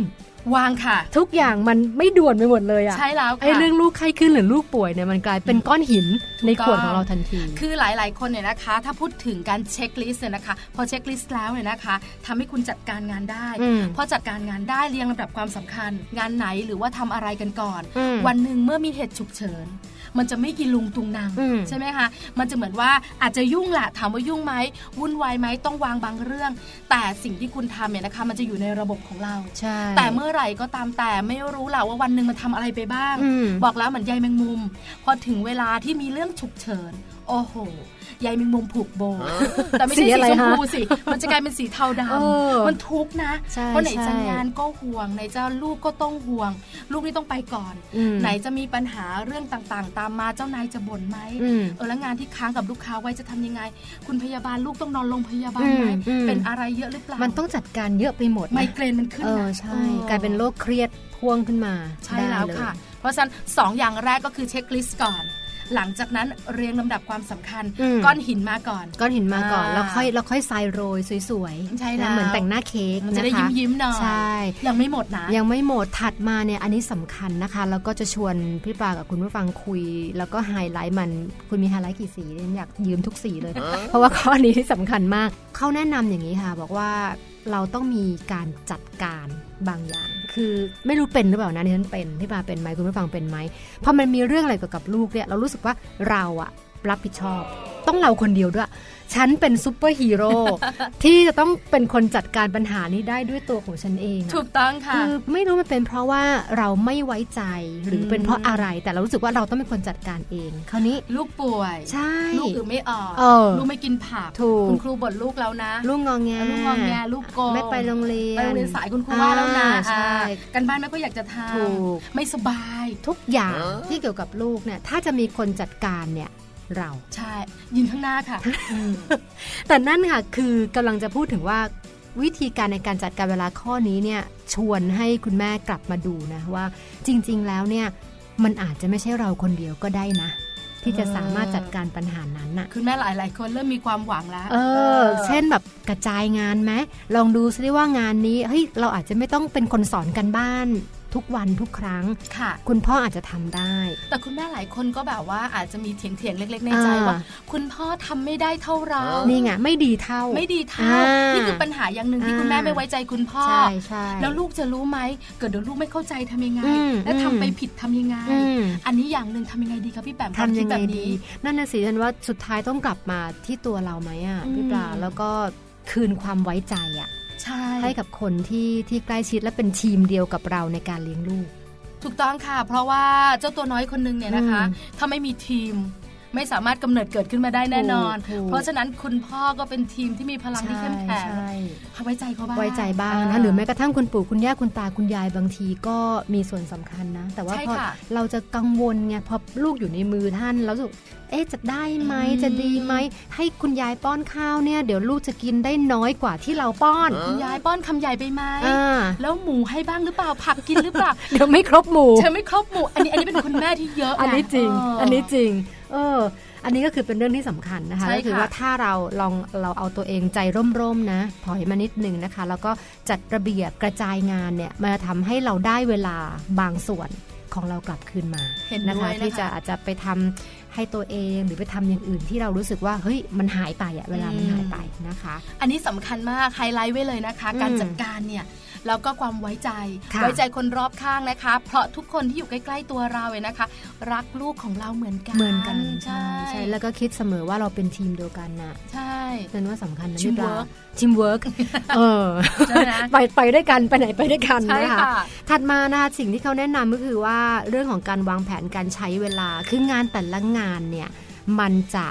C: วางค่ะ
H: ทุกอย่างมันไม่ด่วนไปหมดเลยอ่ะ
C: ใช่แล้ว
H: ไอ้
C: ค่ะ
H: เรื่องลูกไข้ขึ้นหรือลูกป่วยเนี่ยมันกลายเป็นก้อนหินในขวด
C: ถูกต้อง
H: ของเราทันที
C: คือหลาย ๆ คนเนี่ยนะคะ ถ้าพูดถึงการเช็คลิสต์เนี่ยนะคะ พอเช็คลิสต์แล้วเนี่ยนะคะทำให้คุณจัดการงานได้
H: อืม
C: พอจัดการงานได้เรียงลำดับความสำคัญ งานไหนหรือว่าทำอะไรกันก่อน
H: อืม
C: วันหนึ่งเมื่อมีเหตุฉุกเฉิน มันจะไม่กินลุงตุงนาง
H: อืม
C: ใช่ไหมคะ มันจะเหมือนว่าอาจจะยุ่งละถามว่ายุ่งไหมวุ่นวายไหมต้องวางบางเรื่อง แต่สิ่งที่คุณทำเนี่ยนะคะ มันจะอยู่ในระบบของเรา
H: ใช่
C: แต่เมื่อไหร่ก็ตามแต่ไม่รู้แหละว่าวันหนึ่งมันทำอะไรไปบ้าง
H: อืม
C: บอกแล้วเหมือนยายแมงมุม พอถึงเวลาที่มีเรื่องฉุกเฉิน โอ้โหยายแมงมุมผูกโบ แต่ไม่ใช่
H: สี
C: สี
H: อะไร
C: ชมพู
H: คะ
C: สิ มันจะกลายเป็นสีเทาด
H: เออ
C: ำมันทุกข์นะ
H: ใช่
C: เพราะไหนจะ
H: ใช่
C: งานก็ห่วงไหนจะลูกก็ต้องห่วง ลูกนี่ต้องไปก่อน
H: อืม
C: ไหนจะมีปัญหาเรื่องต่างๆ ตามมาเจ้านายจะบ่นไหม
H: อืม
C: เออแล้วงานที่ค้างกับลูกค้าไว้จะทำยังไง คุณพยาบาลลูกต้องนอนโรงพยาบาลไหม
H: อืมอืม
C: เป็นอะไรเยอะหรือเปล่า
H: มันต้องจัดการเยอะไปหมดนะ
C: ไมเกรนมันขึ้น
H: เอ
C: นะ
H: อใช่
C: ออ
H: กลายเป็นโรคเครียดพ่วงขึ้นมา
C: ใช่
H: ได้
C: แล้ว
H: เย
C: ค่ะ เพราะฉะนั้น 2 อย่างแรกก็คือเช็คลิสต์ก่อน หลังจากนั้นเรียงลำดับความสำคัญ
H: อืม
C: ก้อนหินมาก่อน
H: ก้อนหินมาก่อน
C: อ่า
H: แล้วค่อยแล้วค่อยทรายโรยสวยๆ
C: ใช่แล้ว
H: นะเหมือนแต่งหน้าเค้ก
C: มันจะได้
H: ค
C: ยิ้มยิ้มๆหน่อย
H: ใช่
C: ยังไม่หมดนะ
H: ยังไม่หมดถัดมาเนี่ยอันนี้สำคัญนะคะ แล้วก็จะชวนพี่ปลากับคุณผู้ฟังคุย แล้วก็ไฮไลท์มันคุณมีไฮไลท์กี่สีดิฉันอยากยืมทุกสีเลย เพราะว่าข้อนี้สำคัญมาก เขาแนะนำอย่างนี้ค่ะ บอกว่าเราต้องมีการจัดการบางอย่าง คือไม่รู้เป็นหรือเปล่านะดิฉันเป็นพี่ปลาเป็นไหมคุณผู้ฟังเป็นไหมพอมันมีเรื่องอะไรเกี่ยวกับลูกเนี่ยเรารู้สึกว่าเราอะรับผิดชอบ ต้องเราคนเดียวด้วย ฉันเป็นซูเปอร์ฮีโร่ ที่จะต้องเป็นคนจัดการปัญหานี้ได้ด้วยตัวของฉันเองอะ
C: ถูกต้องค่ะ
H: คือไม่รู้มันเป็นเพราะว่าเราไม่ไว้ใจหรืออ
C: ม
H: เป็นเพราะอะไรแต่เรารู้สึกว่าเราต้องเป็นคนจัดการเอง คราวนี้
C: ลูกป่วย
H: ใช่
C: ลูกอื่นไม่ออก
H: เออ
C: ลูกไม่กินผัก
H: ถูก
C: คุณครูบ่นลูกแล้วนะ
H: ลูกงองแง
C: ลูกงองแงลูกโกง
H: ไม่ไปโรงเรียน
C: ไปโรงเรียนสายคุณครูว่าแล้วนะ
H: อ่าใช่
C: อ่ากันบ้านไม่ก็อยากจะท
H: ถูก
C: ำไม่สบาย
H: ทุกอย่างที่เกี่ยวกับลูกเนี่ยถ้าจะมีคนจัดการเนี่ยเรา
C: ใช่ ยินข้างหน้าค่ะอืม
H: แต่นั่นค่ะคือกำลังจะพูดถึงว่าวิธีการในการจัดการเวลาข้อนี้เนี่ยชวนให้คุณแม่กลับมาดูนะว่าจริง ๆ แล้วเนี่ยมันอาจจะไม่ใช่เราคนเดียวก็ได้นะ ที่จะสามารถจัดการปัญหานั้นน่ะ
C: คุณแม่หลาย ๆ คนเริ่มมีความหวังแล้ว
H: เออ เช่นแบบกระจายงานไหมลองดูซิว่างานนี้เฮ้ยเราอาจจะไม่ต้องเป็นคนสอนกันบ้าน ทุกวันทุกครั้ง
C: ค่ะ
H: คุณพ่ออาจจะทำได้
C: แต่คุณแม่หลายคนก็แบบว่าอาจจะมีเถียงๆ เล็ก ๆ ในใจ
H: อ่า
C: ว่า คุณพ่อทำไม่ได้เท่าเราน
H: นี่ไงไม่ดีเท่า
C: ไม่ดีเท่า
H: อ่านี่
C: นี่คือปัญหาอย่างหนึ่งที่
H: อ่า
C: คุณแม่ไม่ไว้ใจคุณพ่อ
H: ใช่ใช่
C: แล้วลูกจะรู้ไหม เกิดเดี๋ยวลูกไม่เข้าใจทำยังไง
H: อืม
C: และทำไป
H: อืม
C: ผิดทำยังไง
H: อืม
C: อันนี้อย่างหนึ่งทำยังไงดีคะพี่แปมความ
H: ทำ
C: คิ
H: ยั
C: ด
H: ง
C: แบบ
H: ไงดี
C: นี้
H: นั่นน่ะสิฉันว่าสุดท้ายต้องกลับมาที่ตัวเราไหมอ่ะ
C: อืม
H: พี่ปลาแล้วก็คืนความไว้ใจอ่ะ
C: ใช่
H: ให้กับคนที่ที่ใกล้ชิดและเป็นทีมเดียวกับเราในการเลี้ยงลูก
C: ถูกต้องค่ะ เพราะว่าเจ้าตัวน้อยคนหนึงเนี่ยนะคะ
H: อืม
C: ถ้าไม่มีทีม ไม่สามารถกำเนิดเกิดขึ้นมาได้แน่นอน
H: ถูกถูก
C: เพราะฉะนั้นคุณพ่อก็เป็นทีมที่มีพลังที่เข้มแข็ง
H: ใช่
C: เอาไว้ใจเขาบ้าง
H: ไว้ใจบ้าง
C: อ่
H: นะหรือแม้กระทั่งคุณปู่คุณย่าคุณตาคุณยายบางทีก็มีส่วนสำคัญนะ แต่ว่า
C: ใช่
H: พอ
C: ค่ะ
H: เราจะกังวลไงพอลูกอยู่ในมือท่านแล้วรู้สึกเอ๊ะจะได้ไหมจะดีไหมให้คุณยายป้อนข้าวเนี่ยเดี๋ยวลูกจะกินได้น้อยกว่าที่เราป้อน
C: คุณยายป้อนคำใหญ่ไปไหม
H: อ่า
C: แล้วหมูให้บ้างหรือเปล่า ผักกินหรือเปล่า
H: เดี๋ยวไม่ครบหมู
C: เธอไม่ครบหมู อันนี้อันนี้เป็นคุณแม่ที่เยอะะ
H: อันนี้จริง
C: เ
H: อันนี้จริง เออ อันนี้ก็คือเป็นเรื่องที่สำคัญนะคะ
C: ใช่
H: ก็คือ
C: ค่ะ
H: ว่าถ้าเราลองเราเอาตัวเองใจร่มๆนะถอยมานิดนึงนะคะ แล้วก็จัดระเบียบกระจายงานเนี่ยมาทำให้เราได้เวลาบางส่วนของเรากลับคืนมา
C: เห็นด้วยนะ
H: คะ
C: คะ
H: ที่จะอาจจะไปทำให้ตัวเองหรือไปทำอย่างอื่นที่เรารู้สึกว่าเฮ้ยมันหายไปอะเวลามัน
C: อืม
H: หายไปนะคะ
C: อันนี้สำคัญมากไฮไลท์ไว้เลยนะคะ
H: อืม
C: การจัดการเนี่ยแล้วก็ความไว้ใจ
H: ค่ะ
C: ไว้ใจคนรอบข้างนะคะ เพราะทุกคนที่อยู่ใกล้ ๆตัวเราเลยนะคะ รักลูกของเราเหมือนกัน
H: เหมือนกัน
C: ใช่
H: ใช่แล้วก็คิดเสมอว่าเราเป็นทีมเดียวกันนะ
C: ใช่
H: นั่นว่าสำคัญนะ
C: Team
H: พี่ปลา
C: work
H: ทีมเวิร์ก เออ
C: ใช่ไหม
H: ไปไปด้วยกันไปไหนไปด้วยกัน
C: ใช่
H: นะคะ
C: ค่ะ
H: ถัดมานะคะสิ่งที่เขาแนะนำก็คือว่าเรื่องของการวางแผนการใช้เวลา คืองานแต่ละงานเนี่ยมันจะ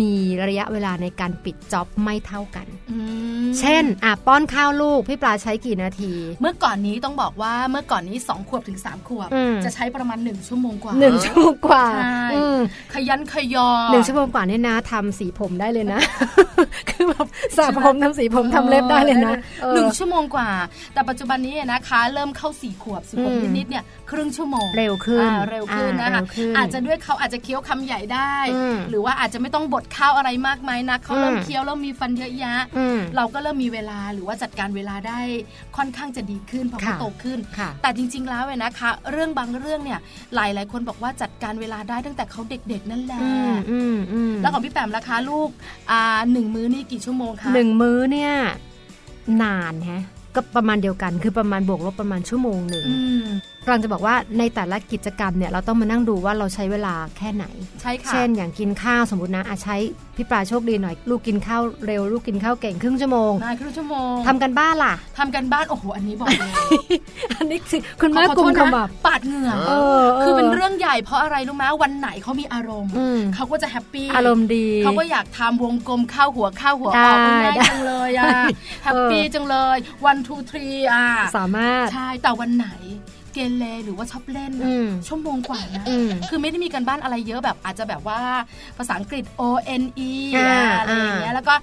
H: มีระยะเวลาในการปิดจ็อบไม่เท่ากัน
C: อืม
H: เช่นอ่ะป้อนข้าวลูกพี่ปลาใช้กี่นาที
C: เมื่อก่อนนี้ต้องบอกว่าเมื่อก่อนนี้สองขวบถึงสามขวบ
H: อืม
C: จะใช้ประมาณหนึ่งชั่วโมงกว่า
H: หนึ่งชั่วโมงกว่า
C: ใช่
H: อืม
C: ขยันขยอ
H: หนึ่งชั่วโมงกว่าเนี่ยนะทำสีผมได้เลยนะ คือแบบสระผมทำสีผมทำเล็บได้เลยนะ
C: ออได้เลยหนึ่ง
H: เออ
C: ชั่วโมงกว่า แต่ปัจจุบันนี้นะคะ เริ่มเข้าสี่ขวบสิบขวบ
H: อืม
C: นิดๆเนี่ยครึ่งชั่วโมง
H: เร็วขึ้น
C: อ่าเร็วขึ้น
H: อ่
C: นะคะ
H: เร็วขึ้น
C: อาจจะด้วยเขาอาจจะเคี้ยวคำใหญ่ได้
H: อืม
C: หรือว่าอาจจะไม่ต้องบดข้าวอะไรมากมายนักเขาเริ่ม
H: อืม
C: เคี้ยวแล้วมีฟันเยอะแยะ
H: อืม
C: เราก็เริ่มมีเวลาหรือว่าจัดการเวลาได้ค่อนข้างจะดีขึ้นพอเขา
H: ค่ะ
C: โตขึ้น
H: ค่ะ
C: แต่จริง ๆ แล้วเนี่ยนะคะ เรื่องบางเรื่องเนี่ยหลายๆ คนบอกว่าจัดการเวลาได้ตั้งแต่เขาเด็กๆ นั่นแหละ
H: อืมอืมอืม
C: แล้วของพี่แปมราคาลูกอ่าหนึ่งมื้อนี่กี่ชั่วโมงคะ
H: หนึ่งมื้อเนี่ย นานแฮะ ก็ประมาณเดียวกันคือประมาณบวกลบประมาณชั่วโมงหนึ่ง
C: อืม
H: กำลังจะบอกว่าในแต่ละกิจกรรมเนี่ยเราต้องมานั่งดูว่าเราใช้เวลาแค่ไหน
C: ใช่ค่ะ
H: เช่นอย่างกินข้าวสมมตินะอาใช้พี่ปลาโชคดีหน่อย ลูกกินข้าวเร็ว ลูกกินข้าวเก่งครึ่งชั่วโมง
C: นายครึ่งชั่วโมง
H: ทำกันบ้านล่ะ
C: ทำกันบ้าน โอ้โห อันนี้บอกเลย
H: อันนี้คือคุณแม่
C: ขอก โท
H: ลุ่ม
C: ษ
H: ข
C: นะ
H: มับ
C: ปาดเหงื่อ
H: เออ
C: คือเป็นเรื่องใหญ่เพราะอะไรรู้ไหมวันไหนเขามีอารมณ์
H: อืม
C: เขาก็จะแฮปปี้
H: อารมณ์ดี
C: เขาก็อยากทำวงกลมเข้าหัวเข้าหัวออก
H: ได้
C: เอาง่าย
H: ได้
C: จังเลยอ่ะ แฮปปี้
H: เออ
C: จังเลยวันทูทรีอ่ะ
H: สามารถ
C: ใช่ แต่วันไหนเกเรหรือว่าชอบเล่นน่ะ
H: อืม
C: ชั่วโมงกว่านะ
H: อืม
C: คือไม่ได้มีการบ้านอะไรเยอะแบบอาจจะแบบว่าภาษาอังกฤษ O N E
H: อ่า
C: อะไรอย่างเงี้ยแล้วก็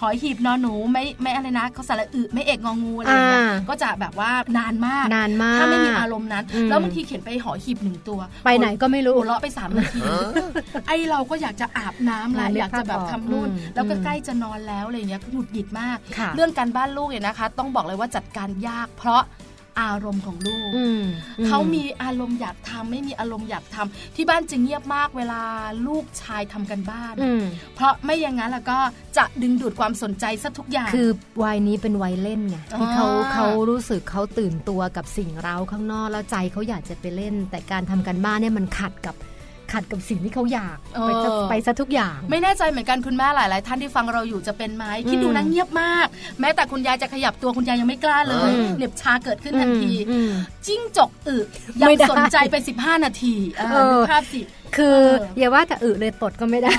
C: หอยหีบนอนหนูไม่ไม่อะไรนะเขาสระอึไม่เอกงองูอะไรอย่างเงี้ย
H: อ่า
C: ก็จะแบบว่านานมาก
H: นานมาก
C: ถ้าไม่มีอารมณ์นั้น
H: อืม
C: แล้วบางทีเขียนไปหอยหีบหนึ่งตัว
H: ไปไหนก็ไม่รู้
C: หัวเราะไปสามนาทีไอเราก็อยากจะอาบน้ำละ
H: อ่านึก
C: อยากจะแบบ
H: ภาพออก
C: ทำนู่น
H: อืม
C: แล้วก็
H: อืม
C: ใกล้จะนอนแล้วอะไรอย่างเงี้ยหงุดหงิดมาก
H: ค่ะ
C: เรื่องการบ้านลูกเนี่ยนะคะ ต้องบอกเลยว่าจัดการยาก เพราะอารมณ์ของลูก
H: อืม
C: เขามีอารมณ์อยากทำไม่มีอารมณ์อยากทำที่บ้านจึงเงียบมากเวลาลูกชายทำกันบ้าน
H: อืม
C: เพราะไม่อย่างนั้นแล้วก็จะดึงดูดความสนใจซะทุกอย่าง
H: คือวัยนี้เป็นวัยเล่นไงที่เขา
C: อ่า
H: เขารู้สึกเขาตื่นตัวกับสิ่งเร้าข้างนอกแล้วใจเขาอยากจะไปเล่น แต่การทำกันบ้านเนี่ยมันขัดกับขัดกับสิ่งที่เขาอยากไปซะไปซะทุกอย่าง
C: ไม่แน่ใจเหมือนกันคุณแม่หลาย ๆ ท่านที่ฟังเราอยู่จะเป็นไหมคิด
H: อืม
C: ดูนะเงียบมาก แม้แต่คุณยายจะขยับตัวคุณยายยังไม่กล้าเลย
H: อืม
C: เหน็บชาเกิดขึ้นทันที
H: อืม
C: จิ้งจกอึยั
H: ไม่
C: ง
H: ได้
C: สนใจไป 15 นาทีเออ
H: เออ
C: นึกภาพสิ
H: คือ
C: เออ
H: อ
C: อ
H: ย่าว่าแต่อึเลยตดก็ไม่ได้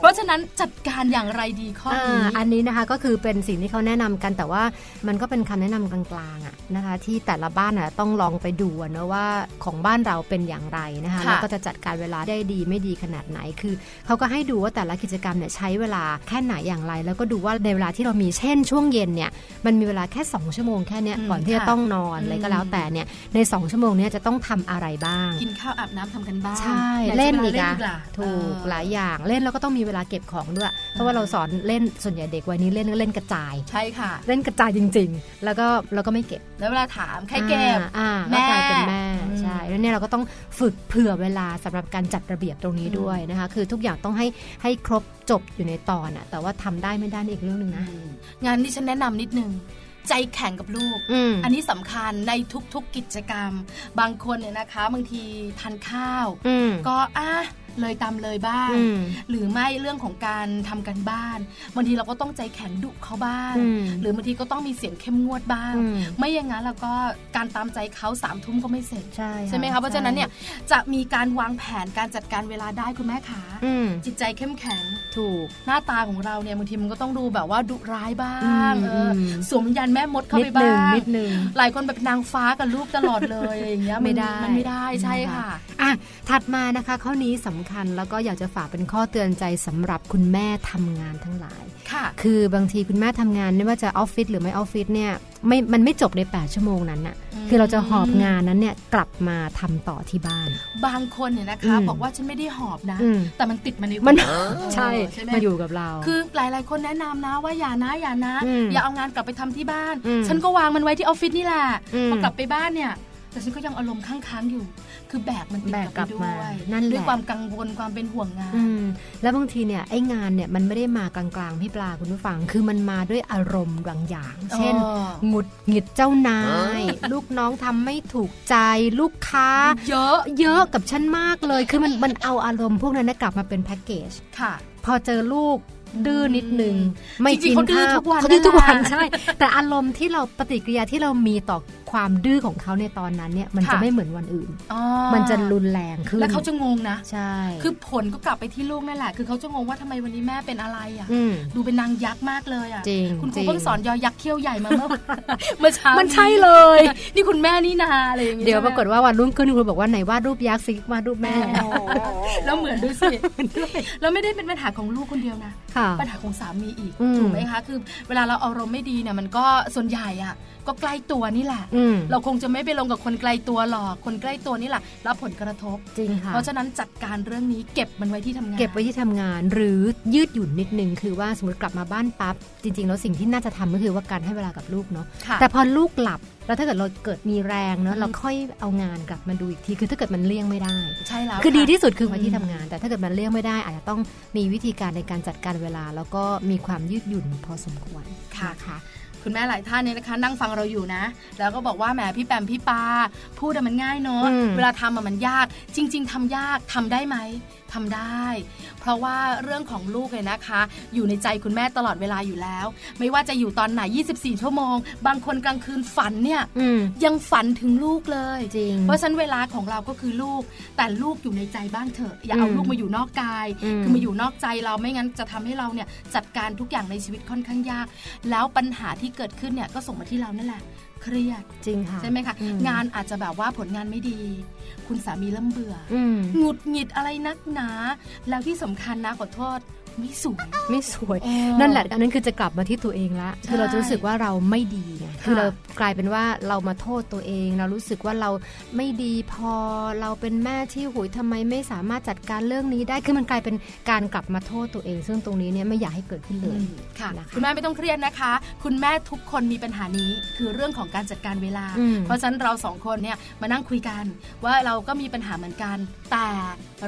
C: เพราะฉะนั้นจัดการอย่างไรดีข้อ
H: อ่า
C: นี้
H: อันนี้นะคะก็คือเป็นสิ่งที่เขาแนะนำกันแต่ว่ามันก็เป็นคำแนะนำกลางๆอะนะคะ ที่แต่ละบ้านอะต้องลองไปดูอะเนอะว่าของบ้านเราเป็นอย่างไรนะคะ
C: ค่ะ
H: แล้วก็จะจัดการเวลาได้ดีไม่ดีขนาดไหนคือเขาก็ให้ดูว่าแต่ละกิจกรรมเนี่ยใช้เวลาแค่ไหนอย่างไร แล้วก็ดูว่าในเวลาที่เรามีเช่นช่วงเย็นเนี่ยมันมีเวลาแค่ 2 ชั่วโมงแค่เนี้ยก่อนที่จะต้องนอนอะไรก็แล้วแต่เนี่ยใน 2 ชั่วโมงเนี่ยจะต้องทำอะไรบ้าง
C: กินข้าวอาบน้ำทำกันบ้าน
H: ใช่
C: ไหจะ
H: เล่น
C: วา
H: อีก
C: เล่น
H: อะ
C: อีกล่ะ
H: ถูก
C: เออ
H: หลายอย่างเล่นแล้วก็ต้องมีเวลาเก็บของด้วย เพราะว่าเราสอนเล่นส่วนใหญ่เด็กวัยนี้เล่นก็เล่นกระจาย
C: ใช่ค่ะ
H: เล่นกระจายจริง ๆ แล้วก็แล้วก็ไม่เก็บ
C: แล้วเวลาถามใครเก็บ
H: อ่า
C: แม่
H: อ่าก็กลายเป็นแม่
C: อืม
H: ใช่แล้วเนี่ยเราก็ต้องฝึกเผื่อเวลาสำหรับการจัดระเบียบตรงนี้ด้วยนะคะ คือทุกอย่างต้องให้ให้ครบจบอยู่ในตอนอะแต่ว่าทำได้ไม่ได้นี่อีกเรื่องหนึ่งนะ
C: งานนี้ฉันแนะนำนิดนึง ใจแข็งกับลูก
H: อืม
C: อันนี้สำคัญในทุกๆกิจกรรม บางคนเนี่ยนะคะบางทีทานข้าว
H: อืม
C: ก็อ่ะเลยตามเลยบ้าง
H: อืม
C: หรือไม่เรื่องของการทำกันบ้านบางทีเราก็ต้องใจแข็งดุเขาบ้าง
H: อืม
C: หรือบางทีก็ต้องมีเสียงเข้มงวดบ้าง
H: อืม
C: ไม่อย่างนั้นแล้วก็การตามใจเขาสามทุ่มก็ไม่เสร็จ
H: ใช่
C: ใช่ไหมคะเพราะฉะนั้นเนี่ยจะมีการวางแผนการจัดการเวลาได้คุณแม่ขา
H: อืม
C: จิตใจเข้มแข็ง
H: ถูก
C: หน้าตาของเราเนี่ยบางทีมันก็ต้องดูแบบว่าดุร้ายบ้า
H: อื
C: ง
H: ม
C: เอออ
H: ม
C: สวมวิญญาณแม่มดเข้า
H: นิ
C: ไป
H: ดห
C: บ้า
H: นึ่ง
C: ง
H: นิดหนึ่ง
C: หลายคนแบบนางฟ้ากับลูกตลอดเลย อย่างเงี้ยน
H: ไม่ได้
C: มันไม่ได้ใช่ค่ะ
H: อ่ะถัดมานะคะ ข้อนี้สำคัญแล้วก็อยากจะฝากเป็นข้อเตือนใจสำหรับคุณแม่ทำงานทั้งหลาย
C: ค่ะ
H: คือบางทีคุณแม่ทำงานไม่ว่าจะออฟฟิศหรือไม่ออฟฟิศเนี่ยไม่มันไม่จบใน 8 ชั่วโมงนั้นน่ะ
C: อืม
H: คือเราจะหอบงานนั้นเนี่ยกลับมาทำต่อที่บ้าน
C: บางคนเนี่ยนะคะ
H: อืม
C: บอกว่าฉันไม่ได้หอบนะ
H: อืม
C: แต่มันติดมาในหัว
H: มัน
C: เออ
H: ใช่
C: ใช่ไหม
H: มาอยู่กับเรา
C: คือหลาย ๆ คนแนะนำนะว่าอย่านะอย่านะ
H: อืม
C: อย่าเอางานกลับไปทำที่บ้าน
H: อืม
C: ฉันก็วางมันไว้ที่ออฟฟิศนี่แหละ
H: อืม
C: พอกลับไปบ้านเนี่ย แต่ฉันก็ยังอารมณ์ค้างๆอยู่ คือแบกมันติด
H: แบก
C: กลับไป
H: กลับมา
C: ด้วย
H: นั่นแหละ
C: ด้วยความกังวลความเป็นห่วงงาน
H: อืมแล้วบางทีเนี่ยไอ้งานเนี่ยมันไม่ได้มากลางๆพี่ปลาคุณผู้ฟัง คือมันมาด้วยอารมณ์บางอย่าง เช่น
C: อ๋อ
H: หงุดหงิดเจ้านาย ลูกน้องทำไม่ถูกใจลูกค้า
C: เยอะ
H: เยอะกับฉันมากเลย คือมันมันเอาอารมณ์พวกนั้นนะกลับมาเป็นแพ็กเกจ
C: ค่ะ
H: พอเจอลูกดื้อนิดนึง
C: อืม
H: ไม่
C: จริ
H: กิ
C: งๆ
H: น
C: เขาดื้อ
H: ข้าว
C: ทุกวัน
H: เขาดื้อทุกวัน
C: นั่น น่ะ
H: ใช่ แต่อารมณ์ที่เราปฏิกิริยาที่เรามีต่อ ความดื้อของเขาในตอนนั้นเนี่ยมันจะ
C: ค่ะ
H: ไม่เหมือนวันอื่น
C: อ๋อ
H: มันจะรุนแรงขึ้น
C: แล้วเขาจะงงนะ
H: ใช่
C: คือผลก็กลับไปที่ลูกนั่นแหละ คือเขาจะงงว่าทำไมวันนี้แม่เป็นอะไรอ่ะ
H: ม
C: ดูเป็นนางยักษ์มากเลยอ่ะ
H: จริง
C: คุณครู
H: จริง
C: เพิ่งสอนยอยักษ์เขี้ยวใหญ่มาเมื่อ เมื่อเช้า
H: มัน
C: น
H: ใช่เลย
C: นี่คุณแม่นี่นาอะไรอย่างเงี้ย
H: เดี๋ยวปรากฏว่าวันรุ่งขึ้นคุณครูบอกว่าไหนวาดรูปยักษ์ซิวาดรูป แม่
C: แล้วเหมือนด้วยสิแล้วไม่ได้เป็นปัญหาของลูกคนเดียวนะ
H: ค่ะ
C: ปัญหาของสามีอีก
H: อืม
C: ถูกไหมคะ คือเวลาเราอารมณ์ไม่ดีเนี่ยมันก็ส่วนใหญ่อ่ะ ก็ใกล้ตัวนี่แหละ
H: อืม
C: เราคงจะไม่ไปลงกับคนไกลตัวหรอก คนใกล้ตัวนี่แหละรับผลกระทบ
H: จริงค่ะ
C: เพราะฉะนั้นจัดการเรื่องนี้เก็บมันไว้ที่ทำงาน
H: เก็บไว้ที่ทำงานหรือยืดหยุ่นนิดนึงคือว่าสมมติกลับมาบ้านปั๊บจริง ๆ แล้วสิ่งที่น่าจะทำก็คือว่าการให้เวลากับลูกเนาะ
C: ค่ะ
H: แต่พอลูกหลับแล้วถ้าเกิดเราเกิดมีแรงเนาะ
C: อืม
H: เราค่อยเอางานกลับมาดูอีกทีคือถ้าเกิดมันเลี่ยงไม่ได้
C: ใช่แล้ว
H: คือดี
C: ะ
H: ที่สุดคือไว้
C: อืม
H: ที่ทำงาน แต่ถ้าเกิดมันเลี่ยงไม่ได้ อาจจะต้องมีวิธีการในการจัดการเวลา แล้วก็มีความยืดหยุ่นพอสมควร
C: ค่ะ
H: นค่ะ
C: คุณแม่หลายท่านเนี่ยนะคะ นั่งฟังเราอยู่นะ แล้วก็บอกว่าแหมพี่แปมพี่ปาพูดอะมันง่ายเนอะ
H: อืม
C: เวลาทำอะมันยาก จริง ๆทำยากทำได้ไหมทำได้ เพราะว่าเรื่องของลูกเนี่ยนะคะ อยู่ในใจคุณแม่ตลอดเวลาอยู่แล้ว ไม่ว่าจะอยู่ตอนไหน 24 ชั่วโมง บางคนกลางคืนฝันเนี่ย
H: อืม
C: ยังฝันถึงลูกเลย
H: จริง
C: เพราะฉะนั้นเวลาของเราก็คือลูก แต่ลูกอยู่ในใจบ้างเถอะอย่าเอา
H: อืม
C: ลูกมาอยู่นอกกาย
H: อืม
C: คือมาอยู่นอกใจเราไม่งั้นจะทำให้เราเนี่ยจัดการทุกอย่างในชีวิตค่อนข้างยาก แล้วปัญหาที่เกิดขึ้นเนี่ยก็ส่งมาที่เรานั่นแหละ เครียด
H: จริงค่ะ
C: ใช่ไหมคะ
H: อืม
C: งานอาจจะแบบว่าผลงานไม่ดี คุณสามีเริ่มเบื่อ
H: อืม
C: หงุดหงิดอะไรนักหนา แล้วที่สำคัญนะขอโทษไม่สวย
H: ไม่สวย นั่นแหละอันนั้นคือจะกลับมาที่ตัวเองละ
C: ใช่
H: คือเราจะรู้สึกว่าเราไม่ดีไง
C: ค่ะ
H: คือเรากลายเป็นว่าเรามาโทษตัวเอง เรารู้สึกว่าเราไม่ดีพอเราเป็นแม่ที่หุยทำไมไม่สามารถจัดการเรื่องนี้ได้คือมันกลายเป็นการกลับมาโทษตัวเอง ซึ่งตรงนี้เนี่ยไม่อยากให้เกิดขึ้นเลย
C: อืม ค่ะ
H: นะคะ
C: คุณแม่ไม่ต้องเครียดนะคะ คุณแม่ทุกคนมีปัญหานี้คือเรื่องของการจัดการเวลา
H: อืม
C: เพราะฉะนั้นเราสองคนเนี่ยมานั่งคุยกัน ว่าเราก็มีปัญหาเหมือนกัน แต่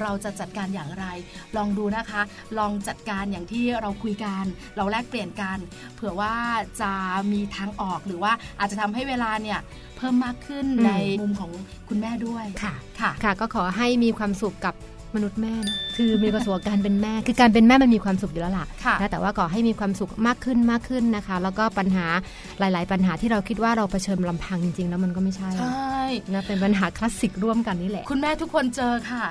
C: เราจะจัดการอย่างไร ลองดูนะคะ ลองจัดการอย่างที่เราคุยกัน เราแลกเปลี่ยนกัน เผื่อว่าจะมีทางออกหรือว่าอาจจะทำให้เวลาเนี่ยเพิ่มมากขึ้นในมุมของคุณแม่ด้วย
H: ค่ะ
C: ค่ะ
H: ค่ะก็ขอให้มีความสุขกับมนุษย์แม่นะคือมีความสุขกับการเป็นแม่ คือการเป็นแม่มันมีความสุขอยู่แล้วล่ะ
C: ค่ะ
H: นะแต่ว่าขอให้มีความสุขมากขึ้นมากขึ้นนะคะ แล้วก็ปัญหาหลาย ๆ ปัญหาที่เราคิดว่าเราเผชิญลำพังจริง ๆ แล้วมันก็ไม่ใช่
C: ใช่
H: นะเป็นปัญหาคลาสสิกร่วมกันนี่แหละ
C: คุณแม่ทุกคนเจอค่ะ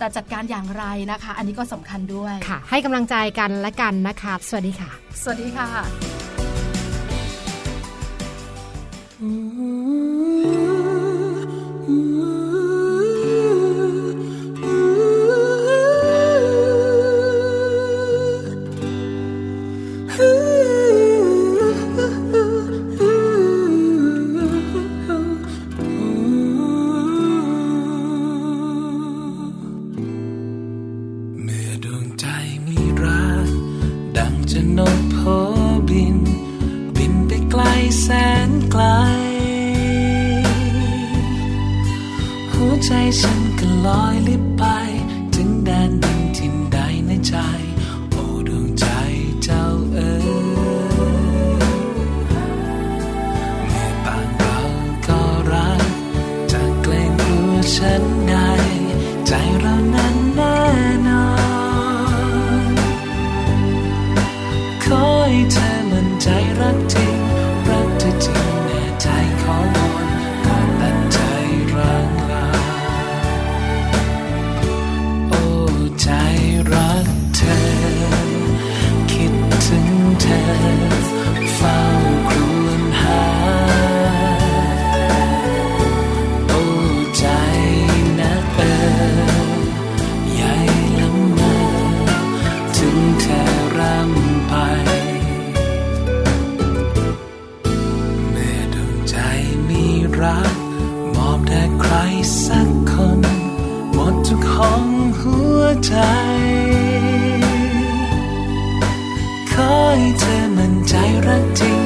C: แต่จัดการอย่างไรนะคะ อันนี้ก็สำคัญด้วย
H: ค่ะ ให้กำลังใจกันและกันนะคะ สวัสดีค่ะ
C: สวัสดีค่ะ
A: 음, 음.
I: เมื่อดวงใจมีรัก ดังจะนกโพบิน บินไปไกลแสนไกล หัวใจฉันก็ลอยลิบไป ถึงแดนดินทินใดในใจ โอ้ดวงใจเจ้าเอ๋ยเมื่อปากเราก็รัก จะเกรงกลัวฉันใด ใจเรานั้นแน่นอน ขอให้เธอมั่นใจรักจริง รักเธอจริงแน่ใจขอวอนขอตั้งใจรักลา โอ้ใจรักเธอ คิดถึงเธอ เฝ้าครวญหา โอ้ใจนะเออใหญ่ละเมอถึงเธอร่ำไป เมื่อดวงใจมีรัก มอบแด่ใครสักคน หมดทุกห้องหัวใจ ขอให้เธอมั่นใจรักจริง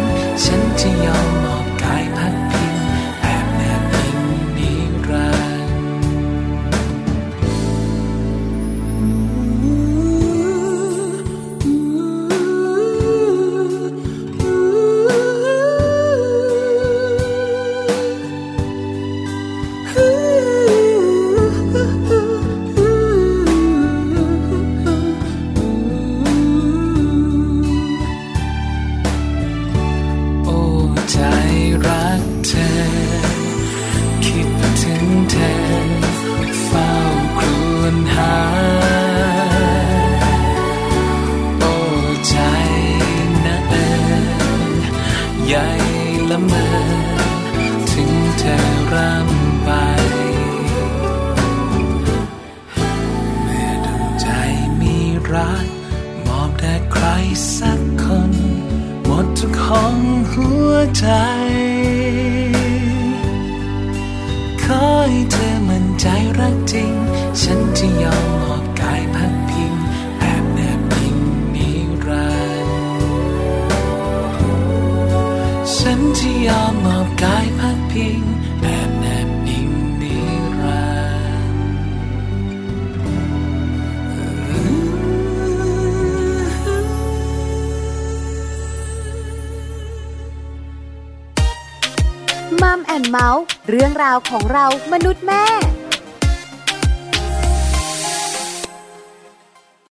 I: ฉันจะยอมมอบกายพักพิงแอบแนบอิงนิรันดร์
J: อ
I: ของหัวใจ ขอให้เธอมั่นใจรักจริง ฉันจะยอมมอบกายพักพิงแบบแนบพิงนิรันดร์ฉันจะยอมมอบกายพักพิงแบบแนบพิงนิรันดร์
B: มัมแอนเมาส์เรื่องราวของเรามนุษย์แม่